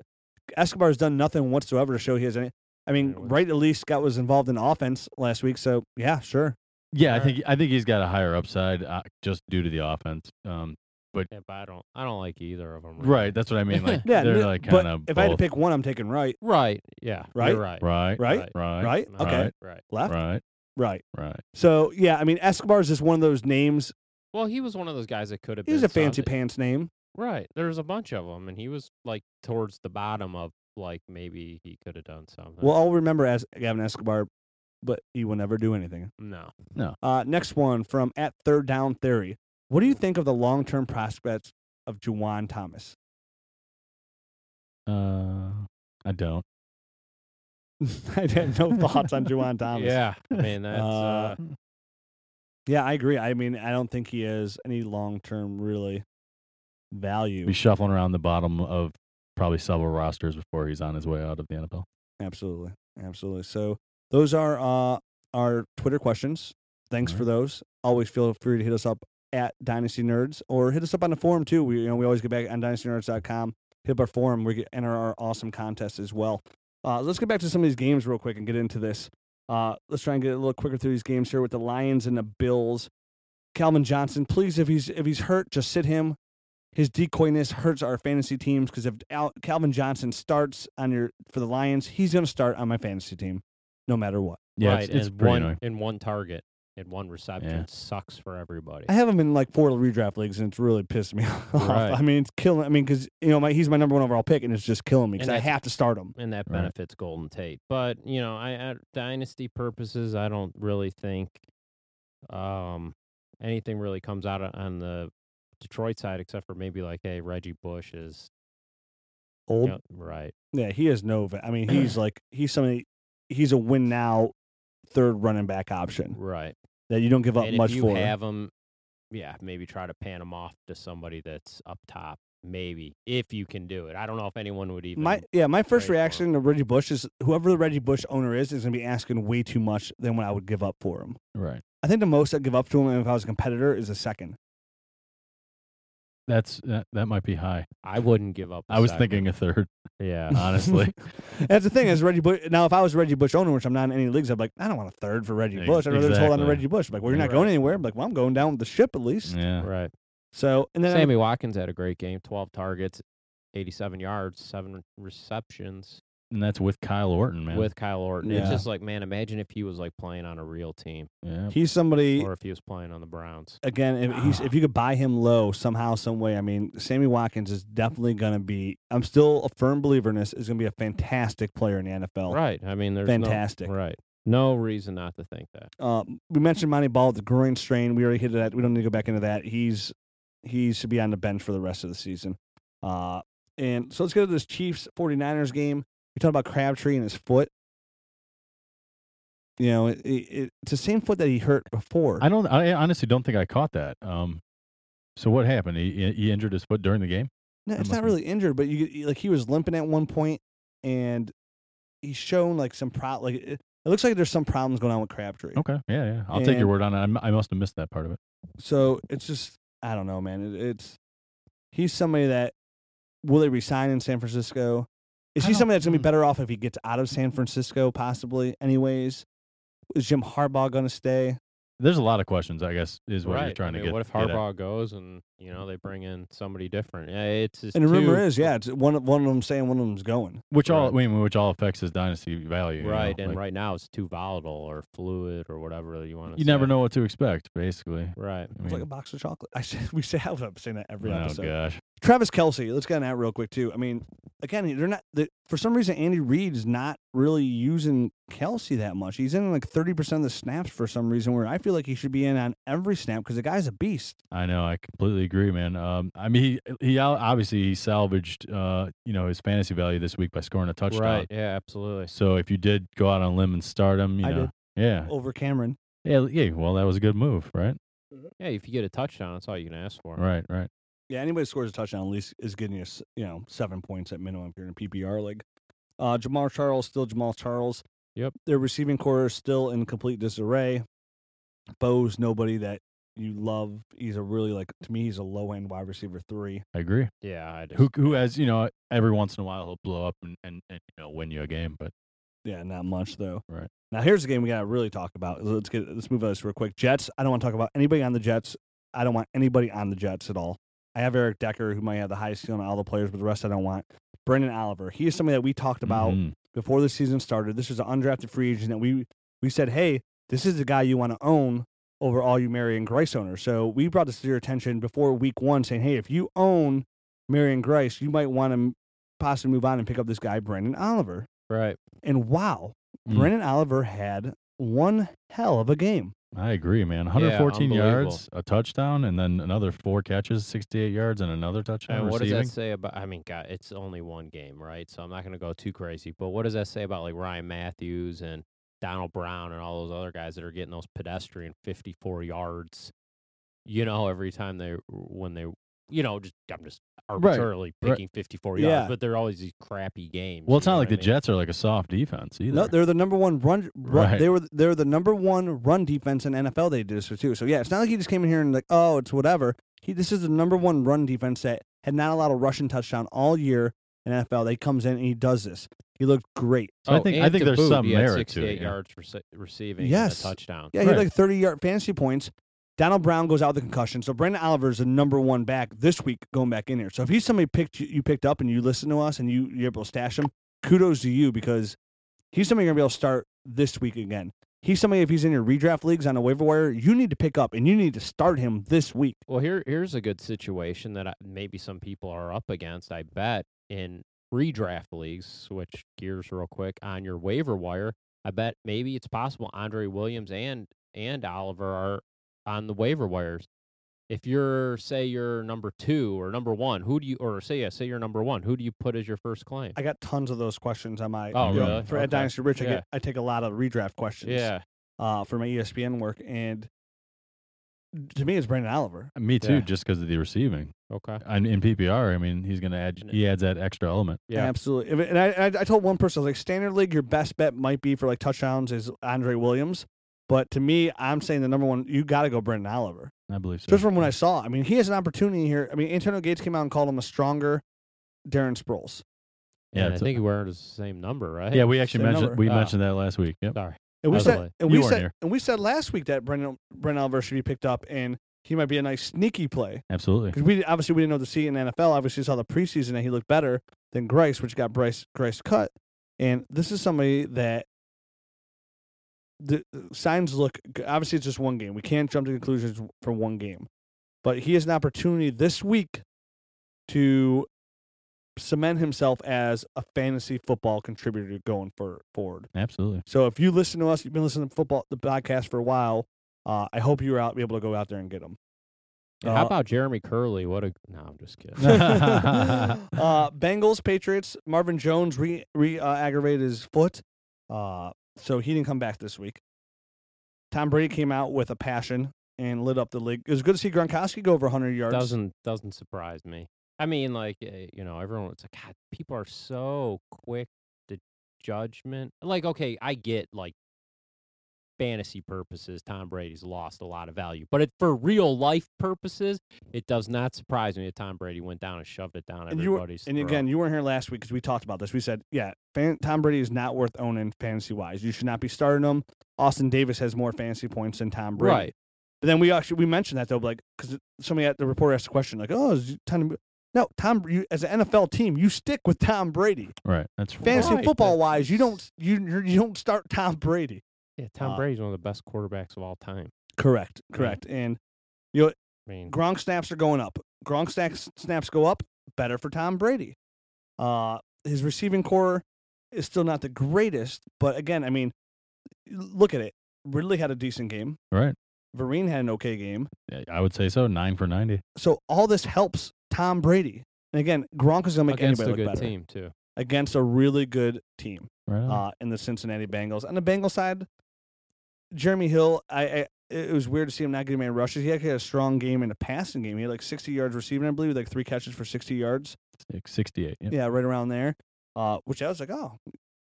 [SPEAKER 1] Escobar's done nothing whatsoever to show he has any. I mean,
[SPEAKER 3] Yeah, what's-
[SPEAKER 1] Wright at least got was involved in offense last week, so yeah, sure.
[SPEAKER 2] Yeah, I
[SPEAKER 3] Alright.
[SPEAKER 2] think I think he's got a higher upside uh, just due to the offense. Um,
[SPEAKER 3] Yeah, eh, but I don't. I don't like either of them.
[SPEAKER 2] right, that's what I mean. Like
[SPEAKER 1] Yeah,
[SPEAKER 2] they're
[SPEAKER 1] n-
[SPEAKER 2] like
[SPEAKER 1] but
[SPEAKER 2] kind of
[SPEAKER 1] if I had to pick one, I'm taking Wright.
[SPEAKER 3] Right. Yeah.
[SPEAKER 1] Right?
[SPEAKER 3] You're right.
[SPEAKER 2] right,
[SPEAKER 1] Right?
[SPEAKER 2] right,
[SPEAKER 1] Right?
[SPEAKER 3] No,
[SPEAKER 1] Okay.
[SPEAKER 2] Right.
[SPEAKER 3] Right.
[SPEAKER 1] Left. Right.
[SPEAKER 2] right, right.
[SPEAKER 1] So
[SPEAKER 2] So
[SPEAKER 1] yeah, I mean, Escobar's just one of those names.
[SPEAKER 3] Well, he was one of those guys that could have.
[SPEAKER 1] He's
[SPEAKER 3] been
[SPEAKER 1] a fancy
[SPEAKER 3] something.
[SPEAKER 1] pants name.
[SPEAKER 3] Right. There's a bunch of them, and he was like towards the bottom of like maybe he could have done something.
[SPEAKER 1] Well, I'll remember as Gavin Escobar, but he will never do anything.
[SPEAKER 3] no.
[SPEAKER 1] Uh, next one from at third down theory. What do you think of the long term prospects of Juwan Thomas?
[SPEAKER 2] uh, I don't.
[SPEAKER 1] I had no thoughts on Juwan Thomas.
[SPEAKER 3] Yeah. I mean, that's.
[SPEAKER 1] Uh,
[SPEAKER 3] Uh,
[SPEAKER 1] Yeah, I agree. I mean, I don't think he has any long term really value.
[SPEAKER 2] Be shuffling around the bottom of probably several rosters before he's on his way out of the NFL.
[SPEAKER 1] Absolutely. Absolutely. So those are uh, our Twitter questions. Thanks for
[SPEAKER 2] Alright.
[SPEAKER 1] those. Always feel free to hit us up at Dynasty Nerds or hit us up on the forum too. We you know we always get back on dynastynerds.com. Hit up our forum. We get, enter our awesome contests as well. Uh, let's get back to some of these games real quick and get into this. Uh, let's try and get a little quicker through these games here with the Lions and the Bills. Calvin Johnson, please, if he's if he's hurt, just sit him. His decoyness hurts our fantasy teams because if Al- Calvin Johnson starts on your for the Lions, he's going to start on my fantasy team, no matter what.
[SPEAKER 2] Yeah,
[SPEAKER 3] right.
[SPEAKER 2] it's, it's
[SPEAKER 3] and
[SPEAKER 2] pretty
[SPEAKER 3] one
[SPEAKER 2] annoying.
[SPEAKER 3] in one target and one reception sucks for everybody.
[SPEAKER 1] I have him in like four redraft leagues, and it's really pissed me off.
[SPEAKER 2] Right.
[SPEAKER 1] I mean, it's killing. I mean, because you know, my, he's my number one overall pick, and it's just killing me because
[SPEAKER 3] And
[SPEAKER 1] I
[SPEAKER 3] that's-
[SPEAKER 1] have to start him.
[SPEAKER 3] and that
[SPEAKER 2] Right.
[SPEAKER 3] benefits Golden Tate. But you know, I at dynasty purposes, I don't really think um anything really comes out o- on the Detroit side except for maybe like, hey, Reggie Bush is you
[SPEAKER 1] Old,
[SPEAKER 3] know, right.
[SPEAKER 1] yeah, he has no. va- I mean, he's like he's somebody. He's a win now, third running back option
[SPEAKER 3] Right.
[SPEAKER 1] that you don't give up
[SPEAKER 3] and
[SPEAKER 1] much
[SPEAKER 3] if you
[SPEAKER 1] for.
[SPEAKER 3] have them, yeah, maybe try to pan them off to somebody that's up top. Maybe if you can do it, I don't know if anyone would even.
[SPEAKER 1] my yeah, my first
[SPEAKER 3] trade for
[SPEAKER 1] reaction to Reggie Bush is whoever the Reggie Bush owner is is gonna be asking way too much than what I would give up for him.
[SPEAKER 2] Right.
[SPEAKER 1] I think the most I'd give up to him if I was a competitor is a second.
[SPEAKER 2] That's that, that might be high.
[SPEAKER 3] I wouldn't give up. I
[SPEAKER 2] I was thinking a third,
[SPEAKER 3] yeah,
[SPEAKER 2] honestly.
[SPEAKER 1] That's the thing is Reggie Bush. Now, if I was a Reggie Bush owner, which I'm not in any leagues, I'm like, I don't want a third for Reggie
[SPEAKER 2] Ex-
[SPEAKER 1] Bush. I'd rather just hold on to
[SPEAKER 2] exactly. Mm.
[SPEAKER 1] Reggie Bush. like, well, you're not
[SPEAKER 3] Right.
[SPEAKER 1] going anywhere. I'm like, well, I'm going down with the ship at least.
[SPEAKER 2] yeah.
[SPEAKER 3] uh, right.
[SPEAKER 1] So and then I-
[SPEAKER 3] Sammy Watkins had a great game 12 targets, 87 yards, seven receptions
[SPEAKER 2] and that's with Kyle Orton, man.
[SPEAKER 3] with Kyle Orton. It's
[SPEAKER 1] Yeah.
[SPEAKER 3] just like, man, imagine if he was like playing on a real team
[SPEAKER 2] yeah,
[SPEAKER 1] he's somebody
[SPEAKER 3] or if he was playing on the Browns.
[SPEAKER 1] again, if, he's, if you could buy him low somehow, some way, I mean, Sammy Watkins is definitely going to be. I'm still a firm believer in this. Is going to be a fantastic player in the NFL.
[SPEAKER 3] Right. I mean, there's
[SPEAKER 1] Fantastic.
[SPEAKER 3] No, right. No reason not to think that.
[SPEAKER 1] Uh, we mentioned Monty Ball with the groin strain. We already hit that. We don't need to go back into that. He's he should be on the bench for the rest of the season. Uh, and so let's go to this Chiefs 49ers game. We talked about Crabtree and his foot. You know, it, it, it's the same foot that he hurt before.
[SPEAKER 2] I don't. I honestly don't think I caught that. Um, so what happened? He he injured his foot during the game.
[SPEAKER 1] No,
[SPEAKER 2] It
[SPEAKER 1] it's
[SPEAKER 2] must
[SPEAKER 1] not
[SPEAKER 2] be-
[SPEAKER 1] really injured, but you you- like he was limping at one point, and he's shown like some pro like it, it looks like there's some problems going on with Crabtree.
[SPEAKER 2] Okay, yeah, yeah. I'll take your
[SPEAKER 1] And-
[SPEAKER 2] word on it. I'm- I, must have missed that part of it.
[SPEAKER 1] So it's just I don't know, man. It, it's he's somebody that will they resign in San Francisco? Is
[SPEAKER 2] I
[SPEAKER 1] he
[SPEAKER 2] don't-
[SPEAKER 1] somebody that's gonna be
[SPEAKER 2] hmm.
[SPEAKER 1] better off if he gets out of San Francisco possibly? Anyways, is Jim Harbaugh gonna stay?
[SPEAKER 2] There's a lot of questions. I guess is what you're
[SPEAKER 3] right.
[SPEAKER 2] trying
[SPEAKER 3] I mean,
[SPEAKER 2] to get.
[SPEAKER 3] What if
[SPEAKER 2] get at.
[SPEAKER 3] Harbaugh goes and, you know, they bring in somebody different? Yeah, it's just
[SPEAKER 1] And the rumor
[SPEAKER 3] too-
[SPEAKER 1] is, yeah, it's one of- one of them saying one of them's going.
[SPEAKER 2] which all
[SPEAKER 3] Right.
[SPEAKER 2] I mean, which all affects his dynasty value. you know,
[SPEAKER 3] Right. and
[SPEAKER 2] like,
[SPEAKER 3] right now it's too volatile or fluid or whatever you want to
[SPEAKER 2] You never know what to expect, basically.
[SPEAKER 3] Right.
[SPEAKER 2] I
[SPEAKER 1] It's like
[SPEAKER 2] mean,
[SPEAKER 1] a box of chocolate. I said we say I'm saying that every
[SPEAKER 2] oh
[SPEAKER 1] episode.
[SPEAKER 2] gosh,
[SPEAKER 1] Travis Kelsey, let's get on that real quick too. I mean, again, they're not the, for some reason Andy Reid's not really using Kelsey that much. He's in like thirty percent of the snaps for some reason, where I feel like he should be in on every snap because the guy's a beast.
[SPEAKER 2] I know. I completely agree, man. Um, I mean, he he al- obviously he salvaged, uh, you know, his fantasy value this week by scoring a touchdown.
[SPEAKER 3] Right. Yeah, absolutely.
[SPEAKER 2] So if you did go out on a limb and start him, you
[SPEAKER 1] I
[SPEAKER 2] know,
[SPEAKER 1] did.
[SPEAKER 2] yeah,
[SPEAKER 1] Over Cameron,
[SPEAKER 2] yeah, yeah. Well, that was a good move, right?
[SPEAKER 1] Mm-hmm.
[SPEAKER 3] Yeah, if you get a touchdown, that's all you can ask for.
[SPEAKER 2] Right, right.
[SPEAKER 1] yeah, anybody who scores a touchdown at least is getting you s- you know seven points at minimum if you're in a PPR league. Uh, Jamal Charles still Jamal Charles.
[SPEAKER 3] Yep.
[SPEAKER 1] their receiving core is still in complete disarray. Bo's nobody that you love. He's a really like to me, he's a low end wide receiver three.
[SPEAKER 2] I agree.
[SPEAKER 3] Yeah, I just,
[SPEAKER 2] Who who has you know every once in a while he'll blow up and and, and you know win you a game, but
[SPEAKER 1] Yeah, not much though.
[SPEAKER 2] Right.
[SPEAKER 1] Now here's the game we gotta really talk about. Let's get let's move on this real quick. Jets. I don't want to talk about anybody on the Jets. I don't want anybody on the Jets at all. I have Eric Decker, who might have the highest ceiling of all the players, but the rest I don't want. Brendan Oliver. He is somebody that we talked about
[SPEAKER 2] Mhm.
[SPEAKER 1] before the season started. This was an undrafted free agent that we we said, hey, this is the guy you want to own over all you Marion Grice owners. So we brought this to your attention before week one, saying, hey, if you own Marion Grice, you might want to possibly move on and pick up this guy, Brendan Oliver.
[SPEAKER 3] right.
[SPEAKER 1] And wow,
[SPEAKER 2] Mm.
[SPEAKER 1] Brendan Oliver had one hell of a game.
[SPEAKER 2] I agree, man. 114
[SPEAKER 3] unbelievable.
[SPEAKER 2] yards, a touchdown, and then another four catches, 68 yards, and another touchdown.
[SPEAKER 3] And Uh, what does
[SPEAKER 2] receiving.
[SPEAKER 3] that say about? I mean, God, it's only one game, right? So I'm not going to go too crazy. But what does that say about like Ryan Matthews and Donald Brown and all those other guys that are getting those pedestrian 54 yards? You know, every time they when they, you know, just I'm just arbitrarily
[SPEAKER 2] right.
[SPEAKER 3] picking 54
[SPEAKER 1] Yeah.
[SPEAKER 3] yards, but they're always these crappy games.
[SPEAKER 2] Well, it's
[SPEAKER 3] you
[SPEAKER 2] not
[SPEAKER 3] know
[SPEAKER 2] like
[SPEAKER 3] what
[SPEAKER 2] the
[SPEAKER 3] I mean?
[SPEAKER 2] Jets are like a soft defense either.
[SPEAKER 1] No, they're the number one run. run
[SPEAKER 2] Right.
[SPEAKER 1] They were they're the number one run defense in NFL. They did this for too. So yeah, it's not like he just came in here and like oh it's whatever. He this is the number one run defense that had not allowed a rushing touchdown all year in NFL. They comes in and he does this. He looked great.
[SPEAKER 2] So I think- I
[SPEAKER 3] and
[SPEAKER 2] think
[SPEAKER 3] to
[SPEAKER 2] there's
[SPEAKER 3] boot,
[SPEAKER 2] some
[SPEAKER 3] he had
[SPEAKER 2] merit to it,
[SPEAKER 3] 68
[SPEAKER 2] yeah.
[SPEAKER 3] yards rece- receiving. and
[SPEAKER 1] Yes.
[SPEAKER 3] a touchdown.
[SPEAKER 1] Yeah, he had
[SPEAKER 2] Right.
[SPEAKER 1] like thirty yard fantasy points. Donald Brown goes out with a concussion, so Brandon Oliver is the number one back this week going back in here. So if he's somebody picked you, you picked up and you listen to us and you you're able to stash him, kudos to you because he's somebody you're gonna be able to start this week again. He's somebody if he's in your redraft leagues on a waiver wire, you need to pick up and you need to start him this week.
[SPEAKER 3] Well, here here's a good situation that I, maybe some people are up against. I bet in redraft leagues, switch gears real quick on your waiver wire. I bet maybe it's possible Andre Williams and and Oliver are on the waiver wires. If you're say you're number two or number one, who do you or say yeah, say you're number one, who do you put as your first claim?
[SPEAKER 1] I got tons of those questions on my
[SPEAKER 3] Oh,
[SPEAKER 1] you know,
[SPEAKER 3] really?
[SPEAKER 1] for
[SPEAKER 3] Okay.
[SPEAKER 1] at Dynasty Rich. I
[SPEAKER 3] Yeah.
[SPEAKER 1] get I take a lot of redraft questions
[SPEAKER 3] yeah,
[SPEAKER 1] uh, for my ESPN work, and to me it's Brandon Oliver.
[SPEAKER 2] Me too,
[SPEAKER 3] Yeah.
[SPEAKER 2] just because of the receiving.
[SPEAKER 3] okay,
[SPEAKER 2] And in PPR, I mean, he's going to add, he adds that extra element.
[SPEAKER 3] yeah,
[SPEAKER 1] absolutely. If it- And I, I, I told one person, I was like, standard league, your best bet might be for like touchdowns is Andre Williams. But to me, I'm saying the number one, you got to go Brendan Oliver.
[SPEAKER 2] I believe so.
[SPEAKER 1] Just from what I saw, I mean, he has an opportunity here. I mean, Antonio Gates came out and called him a stronger Darren Sproles.
[SPEAKER 2] yeah,
[SPEAKER 3] And I
[SPEAKER 2] it's a-
[SPEAKER 3] think we're the same number, right?
[SPEAKER 2] yeah, we actually
[SPEAKER 1] Same
[SPEAKER 2] mentioned
[SPEAKER 1] number.
[SPEAKER 2] we
[SPEAKER 3] Ah.
[SPEAKER 2] mentioned that last week. Yep.
[SPEAKER 3] sorry.
[SPEAKER 1] And we
[SPEAKER 3] By the
[SPEAKER 1] said,
[SPEAKER 3] way,
[SPEAKER 1] and
[SPEAKER 2] you
[SPEAKER 1] we
[SPEAKER 2] weren't
[SPEAKER 1] said,
[SPEAKER 2] here.
[SPEAKER 1] and we said last week that Brendan Brendan Oliver should be picked up, and he might be a nice sneaky play
[SPEAKER 2] Absolutely.
[SPEAKER 1] because we obviously we didn't know to see in the NFL. Obviously, saw the preseason that he looked better than Grice, which got Bryce Grice cut. And this is somebody that the the signs look obviously it's just one game. We can't jump to conclusions for one game, but he has an opportunity this week to cement himself as a fantasy football contributor going for forward.
[SPEAKER 2] Absolutely.
[SPEAKER 1] So if you listen to us, you've been listening to football the podcast for a while. Uh, I hope you were out, able to go out there and get them.
[SPEAKER 2] Uh,
[SPEAKER 3] And how about Jeremy Curley? What a no! I'm just kidding.
[SPEAKER 1] uh, Bengals, Patriots. Marvin Jones re, re uh, aggravated his foot, uh, so he didn't come back this week. Tom Brady came out with a passion and lit up the league. It was good to see Gronkowski go over 100 yards.
[SPEAKER 3] doesn't doesn't surprise me. I mean, like eh, you know, everyone. It's like God. People are so quick to judgment. Like, okay, I get like fantasy purposes. Tom Brady's lost a lot of value, but it, for real life purposes, it does not surprise me that Tom Brady went down and shoved it down
[SPEAKER 1] And you were-
[SPEAKER 3] everybody's.
[SPEAKER 1] And
[SPEAKER 3] throat.
[SPEAKER 1] again, you weren't here last week because we talked about this. We said, yeah, fan- Tom Brady is not worth owning fantasy wise. You should not be starting him. Austin Davis has more fantasy points than Tom Brady.
[SPEAKER 3] right?
[SPEAKER 1] But then we actually we mentioned that though, like because somebody at the reporter asked a question like, "Oh, is Tom?" No, Tom. You, as an NFL team, you stick with Tom Brady.
[SPEAKER 2] Right. That's
[SPEAKER 1] Fantasy
[SPEAKER 3] Right,
[SPEAKER 1] football
[SPEAKER 3] that's-
[SPEAKER 1] wise, you don't you you're- you don't start Tom Brady.
[SPEAKER 3] Yeah, Tom
[SPEAKER 1] Uh,
[SPEAKER 3] Brady's one of the best quarterbacks of all time.
[SPEAKER 1] Correct, correct. And
[SPEAKER 3] I mean,
[SPEAKER 1] Gronk snaps are going up. Gronk snaps snaps go up. Better for Tom Brady. Uh, his receiving core is still not the greatest, but again, I mean, look at it. Ridley had a decent game.
[SPEAKER 2] Right.
[SPEAKER 1] Vereen had an okay game.
[SPEAKER 2] Yeah, I would say so. Nine for ninety.
[SPEAKER 1] So all this helps Tom Brady. And again, Gronk is going to make
[SPEAKER 3] against
[SPEAKER 1] anybody
[SPEAKER 3] a good
[SPEAKER 1] look better
[SPEAKER 3] team too.
[SPEAKER 1] against a really good team
[SPEAKER 2] Right. on.
[SPEAKER 1] uh, in the Cincinnati Bengals. On the Bengals side, Jeremy Hill, I, I it was weird to see him not getting many rushes. He actually had a strong game in the passing game. He had like 60 yards receiving, I believe, with, like three catches for 60 yards.
[SPEAKER 2] Like Sixty-eight. Yeah.
[SPEAKER 1] Yeah, right around there. Uh, which I was like, oh,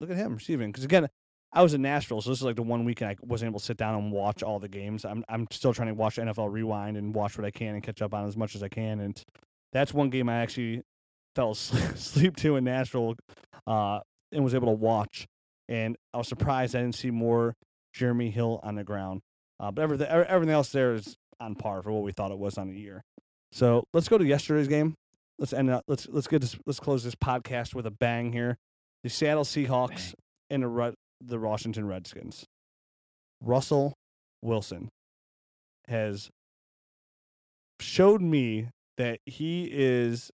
[SPEAKER 1] look at him receiving. Because again, I was in Nashville, so this is like the one weekend I wasn't able to sit down and watch all the games. I'm I'm still trying to watch NFL Rewind and watch what I can and catch up on as much as I can. And that's one game I actually fell asleep asleep to in Nashville, uh, and was able to watch. And I was surprised I didn't see more Jeremy Hill on the ground. Uh, but everything e- everything else there is on par for what we thought it was on the year. So let's go to yesterday's game. Let's end up. Let's let's get this. Let's close this podcast with a bang here. The Seattle Seahawks and the Ru- the Washington Redskins. Russell Wilson has showed me that he is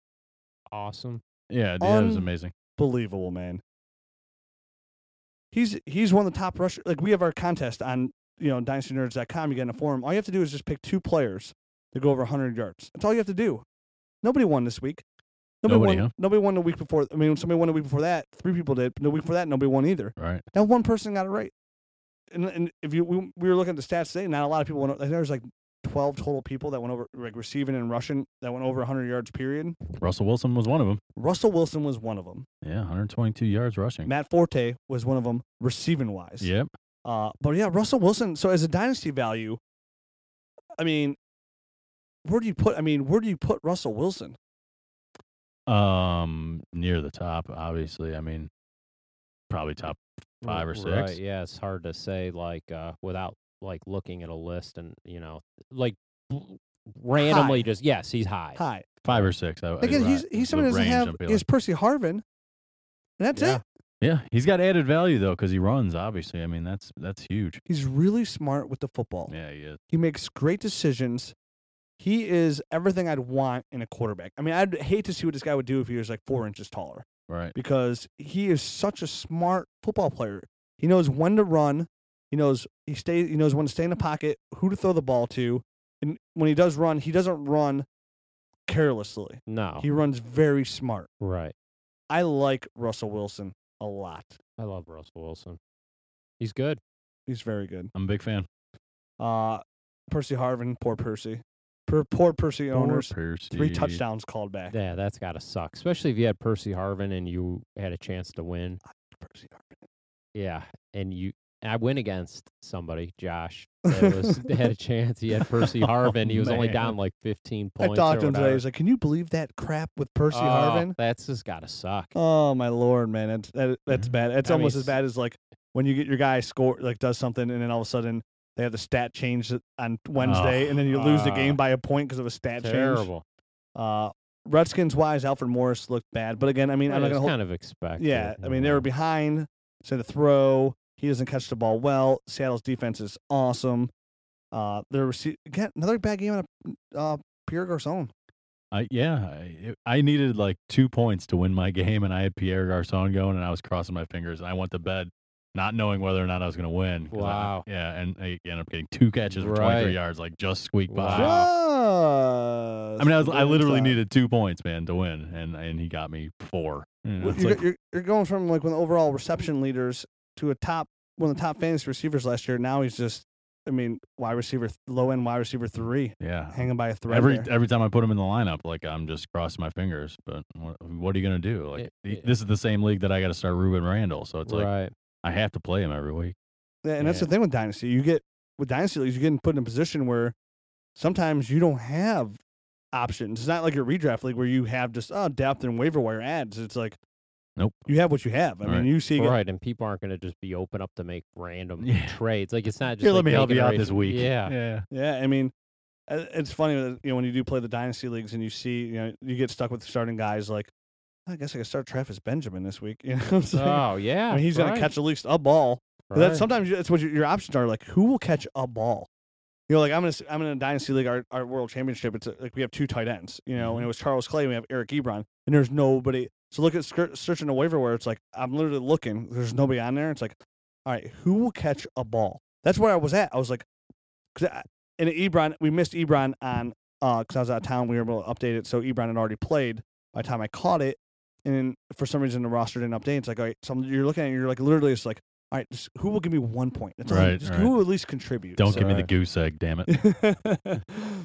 [SPEAKER 3] Awesome.
[SPEAKER 2] Yeah. That was
[SPEAKER 1] Un-
[SPEAKER 2] amazing.
[SPEAKER 1] believable, man. He's he's one of the top rushers. Like we have our contest on you know dynastynerds.com. You get in a forum. All you have to do is just pick two players that go over 100 yards. That's all you have to do. Nobody won this week. won.
[SPEAKER 2] Nobody, huh?
[SPEAKER 1] Nobody won the week before. I mean, somebody won the week before that. Three people did. But the week before that, nobody won either.
[SPEAKER 2] Right.
[SPEAKER 1] Now one person got it right. And, and if you we, we were looking at the stats today, not a lot of people went. o- I think there was like 12 total people that went over like receiving and rushing that went over 100 yards. Period.
[SPEAKER 2] Russell Wilson was one of them.
[SPEAKER 1] Russell Wilson was one of them.
[SPEAKER 2] Yeah. 122 yards rushing.
[SPEAKER 1] Matt Forte was one of them receiving wise.
[SPEAKER 2] Yep.
[SPEAKER 1] Uh, but yeah, Russell Wilson. So as a dynasty value, I mean, where do you put? I mean, where do you put Russell Wilson?
[SPEAKER 2] Um, near the top, obviously. I mean, probably top five
[SPEAKER 3] R-
[SPEAKER 2] or
[SPEAKER 3] right,
[SPEAKER 2] six.
[SPEAKER 3] yeah, it's hard to say like uh, without like looking at a list and you know like bl- randomly just yes, he's high.
[SPEAKER 1] Hi.
[SPEAKER 2] five or six. I, I-
[SPEAKER 1] Again,
[SPEAKER 2] right,
[SPEAKER 1] he's he's
[SPEAKER 2] the
[SPEAKER 1] somebody that doesn't
[SPEAKER 2] range
[SPEAKER 1] have
[SPEAKER 2] I'm feeling.
[SPEAKER 1] is Percy Harvin, and that's
[SPEAKER 3] Yeah.
[SPEAKER 1] it.
[SPEAKER 2] Yeah, he's got added value though because he runs. Obviously, I mean that's that's huge.
[SPEAKER 1] He's really smart with the football.
[SPEAKER 2] Yeah, he is.
[SPEAKER 1] He makes great decisions. He is everything I'd want in a quarterback. I mean, I'd hate to see what this guy would do if he was like four inches taller.
[SPEAKER 2] Right.
[SPEAKER 1] because he is such a smart football player. He knows when to run. He knows he stays. He knows when to stay in the pocket, who to throw the ball to, and when he does run, he doesn't run carelessly.
[SPEAKER 3] No,
[SPEAKER 1] He runs very smart.
[SPEAKER 3] right.
[SPEAKER 1] I like Russell Wilson a lot.
[SPEAKER 3] I love Russell Wilson. He's good.
[SPEAKER 1] He's very good.
[SPEAKER 2] I'm a big fan.
[SPEAKER 1] Uh, Percy Harvin, poor Percy, poor, poor Percy owners. Three
[SPEAKER 2] Percy.
[SPEAKER 1] touchdowns called back.
[SPEAKER 3] Yeah, that's gotta suck, especially if you had Percy Harvin and you had a chance to win.
[SPEAKER 1] Percy Harvin.
[SPEAKER 3] Yeah, and you. I went against somebody, Josh. That was that had a chance. He had Percy
[SPEAKER 2] Oh,
[SPEAKER 3] Harvin. He was only
[SPEAKER 2] man.
[SPEAKER 3] down like 15
[SPEAKER 1] I Uh,
[SPEAKER 3] points.
[SPEAKER 1] talked
[SPEAKER 3] or
[SPEAKER 1] to him today.
[SPEAKER 3] whatever.
[SPEAKER 1] He's like, "Can you believe that crap with Percy
[SPEAKER 3] Oh,
[SPEAKER 1] Harvin?"
[SPEAKER 3] That's just gotta suck.
[SPEAKER 1] Oh my lord, man, that's that, that's bad. That's
[SPEAKER 3] Mm-hmm. I mean,
[SPEAKER 1] almost as
[SPEAKER 3] s-
[SPEAKER 1] bad as like when you get your guy score like does something and then all of a sudden They have the stat change that- on Wednesday, and then you lose the game
[SPEAKER 3] Ah.
[SPEAKER 1] by a point because of a stat change.
[SPEAKER 3] Terrible.
[SPEAKER 1] Uh, Redskins wise, Alfred Morris looked bad, but again, I mean, I'm not
[SPEAKER 3] It's
[SPEAKER 1] gonna hold.
[SPEAKER 3] kind of expected.
[SPEAKER 1] Yeah, I mean, they
[SPEAKER 3] yeah.
[SPEAKER 1] were behind. So the throw, he doesn't catch the ball well. Seattle's defense is awesome. Uh, their rece- again another bad game on a uh, Pierre Garcon.
[SPEAKER 2] I yeah, I, it- I needed like two points to win my game, and I had Pierre Garcon going, and I was crossing my fingers, and I went to bed not knowing whether or not I was going to win. 'cause I-
[SPEAKER 3] Wow.
[SPEAKER 2] yeah, and I ended up getting two catches for 23
[SPEAKER 3] Right.
[SPEAKER 2] yards, like just squeak by.
[SPEAKER 3] Wow.
[SPEAKER 1] Just
[SPEAKER 2] I mean, I, was,
[SPEAKER 1] the
[SPEAKER 2] I literally
[SPEAKER 1] inside.
[SPEAKER 2] needed two points, man, to win, and and he got me four. You know,
[SPEAKER 1] Well,
[SPEAKER 2] it's
[SPEAKER 1] You're,
[SPEAKER 2] like,
[SPEAKER 1] you're, you're going from like one of the overall reception leaders to a top one of the top fantasy receivers last year. Now he's just, I mean, wide receiver, low end wide receiver three,
[SPEAKER 2] yeah.
[SPEAKER 1] hanging by a thread.
[SPEAKER 2] Every
[SPEAKER 1] there.
[SPEAKER 2] every time I put him in the lineup, like I'm just crossing my fingers. But what, what are you gonna do? Like
[SPEAKER 3] Yeah,
[SPEAKER 2] th-
[SPEAKER 3] yeah.
[SPEAKER 2] this is the same league that I got to start Ruben Randall, so it's like
[SPEAKER 3] right.
[SPEAKER 2] I have to play him every week.
[SPEAKER 1] Yeah, and that's the
[SPEAKER 3] Yeah.
[SPEAKER 1] thing with dynasty. You get with dynasty leagues, you get put in a position where sometimes you don't have options. It's not like your redraft league where you have just oh depth and waiver wire ads. It's like
[SPEAKER 2] Nope.
[SPEAKER 1] you have what you have. I mean,
[SPEAKER 2] Right.
[SPEAKER 1] you see,
[SPEAKER 3] Right, and people aren't going to just be open up to make random
[SPEAKER 2] Yeah.
[SPEAKER 3] trades. Like it's not just
[SPEAKER 2] Here,
[SPEAKER 3] like
[SPEAKER 2] let me help
[SPEAKER 3] making
[SPEAKER 2] you
[SPEAKER 3] a
[SPEAKER 2] out
[SPEAKER 3] race-
[SPEAKER 2] this week.
[SPEAKER 3] Yeah,
[SPEAKER 2] yeah.
[SPEAKER 1] yeah. I mean, uh, it's funny that, you know when you do play the dynasty leagues and you see you know you get stuck with starting guys like I guess I could start Travis Benjamin this week. You know, what I'm saying?
[SPEAKER 3] Oh yeah,
[SPEAKER 1] I mean, he's gonna
[SPEAKER 3] right,
[SPEAKER 1] catch at least a ball. But that's
[SPEAKER 3] right.
[SPEAKER 1] sometimes you- that's what your, your options are. Like, who will catch a ball? You know, like I'm in a, s- I'm in a dynasty league, our, our world championship. It's uh, like we have two tight ends. You
[SPEAKER 3] Mm-hmm.
[SPEAKER 1] know, and it was Charles Clay. and We have Eric Ebron, and there's nobody. So look at skir- searching the waiver where it's like I'm literally looking. There's nobody on there. It's like, all right, who will catch a ball? That's where I was at. I was like, because uh, and Ebron, we missed Ebron on because I was out of town. We were able to update it, so Ebron had already played by the time I caught it. And then for some reason, the roster didn't update. It's like, all right, so you're looking at it, you're like, literally, it's like, all right, just who will give me one point? That's all I-
[SPEAKER 2] Right,
[SPEAKER 1] just
[SPEAKER 2] right.
[SPEAKER 1] Who will at least contribute?
[SPEAKER 2] Don't
[SPEAKER 1] So-
[SPEAKER 2] give me the
[SPEAKER 3] uh,
[SPEAKER 2] goose egg, damn it.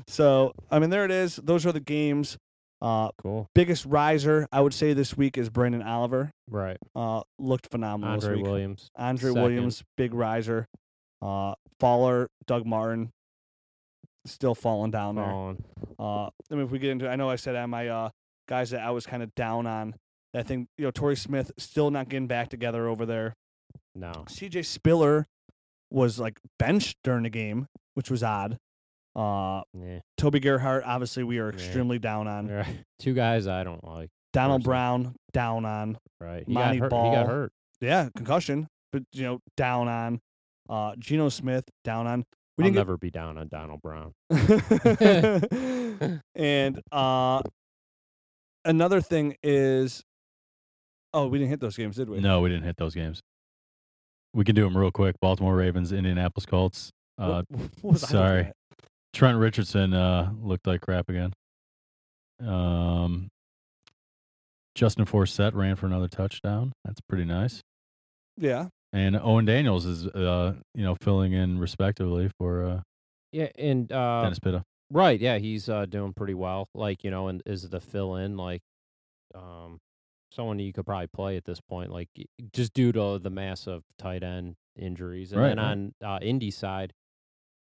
[SPEAKER 1] so, I mean, there it is. Those are the games. Uh,
[SPEAKER 3] cool.
[SPEAKER 1] biggest riser, I would say, this week is Brandon Oliver.
[SPEAKER 3] Right,
[SPEAKER 1] Uh, looked phenomenal this
[SPEAKER 3] Andre
[SPEAKER 1] week.
[SPEAKER 3] Williams.
[SPEAKER 1] Andre
[SPEAKER 3] Second.
[SPEAKER 1] Williams, big riser. Uh, Fowler, Doug Martin, still falling down there.
[SPEAKER 3] On.
[SPEAKER 1] Uh, I mean, if we get into, I know I said on my uh, guys that I was kind of down on. I think you know Torrey Smith still not getting back together over there.
[SPEAKER 3] No,
[SPEAKER 1] C.J. Spiller was like benched during the game, which was odd. Uh,
[SPEAKER 3] yeah.
[SPEAKER 1] Toby Gerhart, obviously, we are
[SPEAKER 3] Yeah.
[SPEAKER 1] extremely down on.
[SPEAKER 3] Right. Two guys I don't like.
[SPEAKER 1] Donald
[SPEAKER 3] Personally.
[SPEAKER 1] Brown, down on.
[SPEAKER 3] Right,
[SPEAKER 1] Monty
[SPEAKER 3] he got hurt. He
[SPEAKER 1] Ball.
[SPEAKER 3] got hurt.
[SPEAKER 1] Yeah, concussion, but you know, down on. Uh, Geno Smith, down on. We
[SPEAKER 3] I'll
[SPEAKER 1] didn't get
[SPEAKER 3] never be down on Donald Brown.
[SPEAKER 1] and uh another thing is oh we didn't hit those games did we
[SPEAKER 2] No, we didn't hit those games. We can do them real quick. Baltimore Ravens, Indianapolis Colts. Uh,
[SPEAKER 1] What- what was I looking
[SPEAKER 2] sorry.
[SPEAKER 1] at?
[SPEAKER 2] Trent Richardson uh, looked like crap again. Um, Justin Forsett ran for another touchdown. That's pretty nice.
[SPEAKER 1] yeah
[SPEAKER 2] And Owen Daniels is, uh, you know, filling in respectively for uh,
[SPEAKER 3] Yeah, and uh,
[SPEAKER 2] Dennis Pitta.
[SPEAKER 3] Right. Yeah, he's uh, doing pretty well. Like you know, and is the fill in like, um, someone you could probably play at this point. Like y- just due to the massive tight end injuries, and
[SPEAKER 2] Right,
[SPEAKER 3] then
[SPEAKER 2] right.
[SPEAKER 3] on uh, Indy side,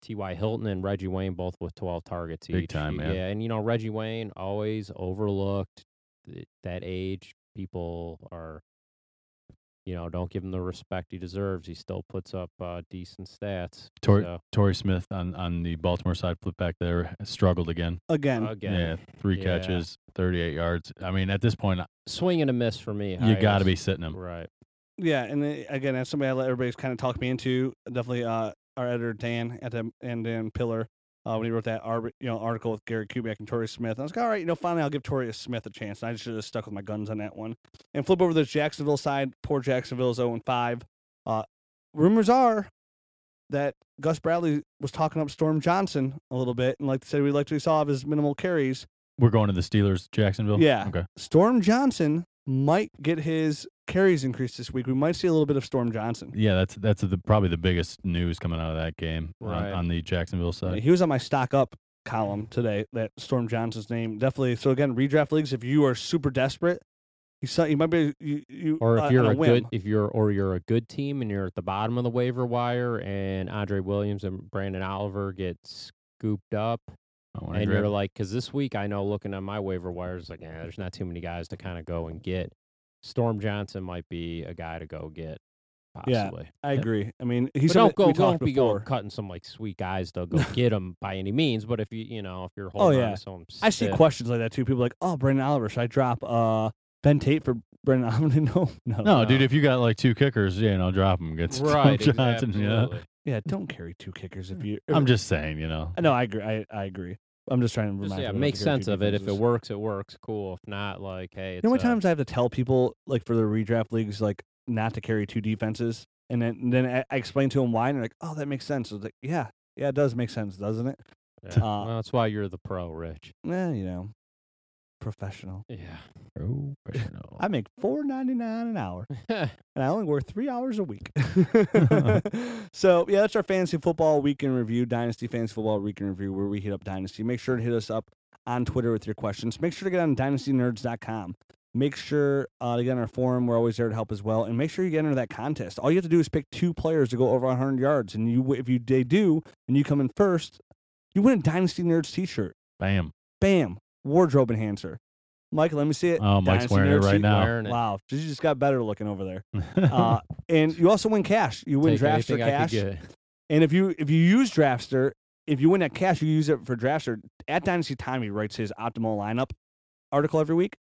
[SPEAKER 3] T. Y. Hilton and Reggie Wayne both with twelve targets
[SPEAKER 2] Big
[SPEAKER 3] each.
[SPEAKER 2] time,
[SPEAKER 3] Y-
[SPEAKER 2] man.
[SPEAKER 3] Yeah, and you know Reggie Wayne always overlooked. Th- That age, people are. You know, don't give him the respect he deserves. He still puts up uh, decent stats.
[SPEAKER 2] Tor-
[SPEAKER 3] so,
[SPEAKER 2] Torrey Smith on, on the Baltimore side, flip back there, struggled again.
[SPEAKER 1] again
[SPEAKER 3] again,
[SPEAKER 2] Yeah, three
[SPEAKER 3] Yeah.
[SPEAKER 2] catches, 38 yards. I mean, at this point,
[SPEAKER 3] swing and a miss for me.
[SPEAKER 2] you got to
[SPEAKER 3] Hires.
[SPEAKER 2] be sitting him.
[SPEAKER 3] Right.
[SPEAKER 1] yeah and then, eh, again that's somebody i let everybody's kind of talk me into definitely uh our editor dan at the and dan pillar uh, when he wrote that ar- you know article with Gary Kubiak and Torrey Smith, and I was like, all right, you know, finally I'll give Torrey Smith a chance. And I should have stuck with my guns on that one. And flip over to the Jacksonville side. Poor Jacksonville is 0 and 5. Uh, rumors are that Gus Bradley was talking up Storm Johnson a little bit, and like said, we like we saw of his minimal carries.
[SPEAKER 2] We're going to the Steelers, Jacksonville.
[SPEAKER 1] Yeah.
[SPEAKER 2] Okay.
[SPEAKER 1] Storm Johnson might get his carries increased this week. We might see a little bit of Storm Johnson.
[SPEAKER 2] Yeah, that's that's the, probably the biggest news coming out of that game on-
[SPEAKER 3] Right.
[SPEAKER 2] on, the Jacksonville side.
[SPEAKER 1] He was on my stock up column today. That Storm Johnson's name definitely. So again, redraft leagues. If you are super desperate, you saw you might be you, you
[SPEAKER 3] Or
[SPEAKER 1] uh,
[SPEAKER 3] if
[SPEAKER 1] on
[SPEAKER 3] you're
[SPEAKER 1] a,
[SPEAKER 3] a,
[SPEAKER 1] whim.
[SPEAKER 3] good, if you're or you're a good team and you're at the bottom of the waiver wire, and Andre Williams and Brandon Oliver get scooped up,
[SPEAKER 2] I wanna
[SPEAKER 3] and
[SPEAKER 2] grab-
[SPEAKER 3] you're like, because this week I know looking at my waiver wires, like, eh, there's not too many guys to kind of go and get. Storm Johnson might be a guy to go get
[SPEAKER 1] Yeah,
[SPEAKER 3] possibly.
[SPEAKER 1] I agree. I mean, he's
[SPEAKER 3] But
[SPEAKER 1] something
[SPEAKER 3] don't go,
[SPEAKER 1] that we
[SPEAKER 3] don't
[SPEAKER 1] talked
[SPEAKER 3] be going
[SPEAKER 1] before.
[SPEAKER 3] cutting some like sweet guys to go get them by any means. But if you, you know, if you're
[SPEAKER 1] Oh,
[SPEAKER 3] holding on
[SPEAKER 1] yeah.
[SPEAKER 3] to some,
[SPEAKER 1] I see
[SPEAKER 3] stiff-
[SPEAKER 1] questions like that too. People like, oh, Brendan Oliver, should I drop uh Ben Tate for Brendan Oliver? no, no,
[SPEAKER 2] No,
[SPEAKER 3] No.
[SPEAKER 2] dude, if you got like two kickers, you know, drop them against Tom
[SPEAKER 3] right?
[SPEAKER 2] Johnson. you know?
[SPEAKER 3] absolutely.
[SPEAKER 1] yeah, don't carry two kickers
[SPEAKER 3] Mm.
[SPEAKER 1] if you.
[SPEAKER 2] I'm just saying, you know.
[SPEAKER 1] No, I agree. I, I agree. I'm just trying to
[SPEAKER 3] Just,
[SPEAKER 1] remind.
[SPEAKER 3] yeah,
[SPEAKER 1] people not
[SPEAKER 3] make
[SPEAKER 1] to carry two
[SPEAKER 3] sense of it. If it
[SPEAKER 1] defenses.
[SPEAKER 3] works, it works. Cool. If not, like, hey, it's uh
[SPEAKER 1] You know how many
[SPEAKER 3] a-
[SPEAKER 1] times I have to tell people, like for the redraft leagues, like not to carry two defenses, and then and then I, I explain to them why, and they're like, "Oh, that makes sense." I was like, "Yeah, yeah, it does make sense, doesn't it?"
[SPEAKER 3] Yeah.
[SPEAKER 1] uh,
[SPEAKER 3] well, that's why you're the pro, Rich.
[SPEAKER 1] Eh, you know, professional.
[SPEAKER 3] Yeah.
[SPEAKER 1] I make four ninety nine an hour, and I only work three hours a week. so yeah, that's our fantasy football week in review, Dynasty Fantasy Football Week in Review, where we hit up Dynasty. Make sure to hit us up on Twitter with your questions. Make sure to get on dynastynerds.com. Make sure uh, to get on our forum. We're always there to help as well. And make sure you get into that contest. All you have to do is pick two players to go over 100 yards. And you, if you they do, and you come in first, you win a Dynasty Nerds t shirt.
[SPEAKER 2] Bam.
[SPEAKER 1] Bam. Wardrobe enhancer. Mike, let me see it.
[SPEAKER 2] Oh, Mike's
[SPEAKER 1] Dynasty
[SPEAKER 2] wearing it
[SPEAKER 1] Nerds
[SPEAKER 2] right
[SPEAKER 1] t-
[SPEAKER 2] now.
[SPEAKER 3] Wearing it.
[SPEAKER 1] Wow. You just got better looking over there. Uh, and you also win cash. You win
[SPEAKER 3] Take
[SPEAKER 1] drafts for
[SPEAKER 3] anything I
[SPEAKER 1] cash.
[SPEAKER 3] could get.
[SPEAKER 1] And if you if you use Draftster, if you win that cash, you use it for Draftster. At Dynasty Time, he writes his optimal lineup article every week,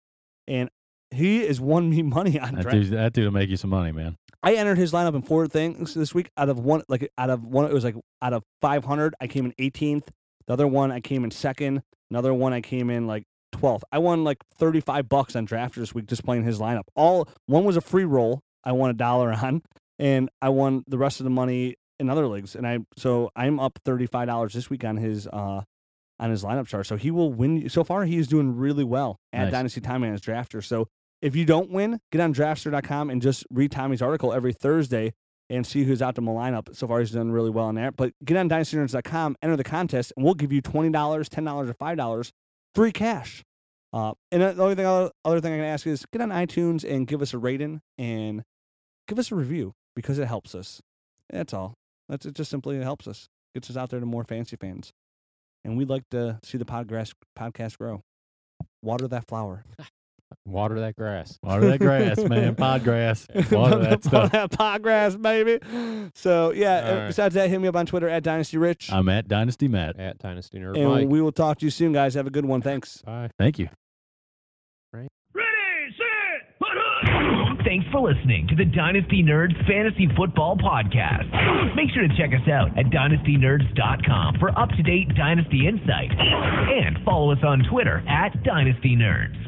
[SPEAKER 1] and he has won me money on
[SPEAKER 2] that,
[SPEAKER 1] draft.
[SPEAKER 2] dude, that dude will make you some money, man.
[SPEAKER 1] I entered his lineup in four things this week. Out of one, like out of one, it was like out of five hundred, I came in eighteenth. The other one, I came in second. Another one, I came in like twelfth. I won like thirty five bucks on Draftster this week just playing his lineup. All one was a free roll. I won a dollar on, and I won the rest of the money in other leagues. And I so I'm up thirty five dollars this week on his uh on his lineup chart. So he will win. So far, he is doing really well at
[SPEAKER 2] Nice.
[SPEAKER 1] Dynasty Time and his Drafter. So if you don't win, get on Draftster.com and just read Tommy's article every Thursday and see who's out to my lineup. So far, he's done really well in there. But get on DynastyNerds.com, enter the contest, and we'll give you twenty dollars, ten dollars, or five dollars free cash. Uh, and the only thing, other, other thing I can ask is get on iTunes and give us a rating and give us a review because it helps us. That's all. That's it. Just simply helps us, gets us out there to more fancy fans, and we'd like to see the podcast podcast grow. Water that flower.
[SPEAKER 3] Water that grass.
[SPEAKER 2] Water that grass, man. Pod grass. Water that
[SPEAKER 1] Water
[SPEAKER 2] stuff.
[SPEAKER 1] that podcast, baby. So yeah. uh,
[SPEAKER 3] Alright.
[SPEAKER 1] Besides that, hit me up on Twitter at Dynasty Rich,
[SPEAKER 2] I'm at Dynasty Matt.
[SPEAKER 3] At Dynasty Nerd
[SPEAKER 1] and
[SPEAKER 3] Mike.
[SPEAKER 1] we will talk to you soon, guys. Have a good one. Thanks.
[SPEAKER 3] Bye.
[SPEAKER 2] Thank you.
[SPEAKER 4] Ready, set, put up! Thanks for listening to the Dynasty Nerds Fantasy Football Podcast. Make sure to check us out at dynastynerds.com for up to date Dynasty insight. And follow us on Twitter at Dynasty Nerds.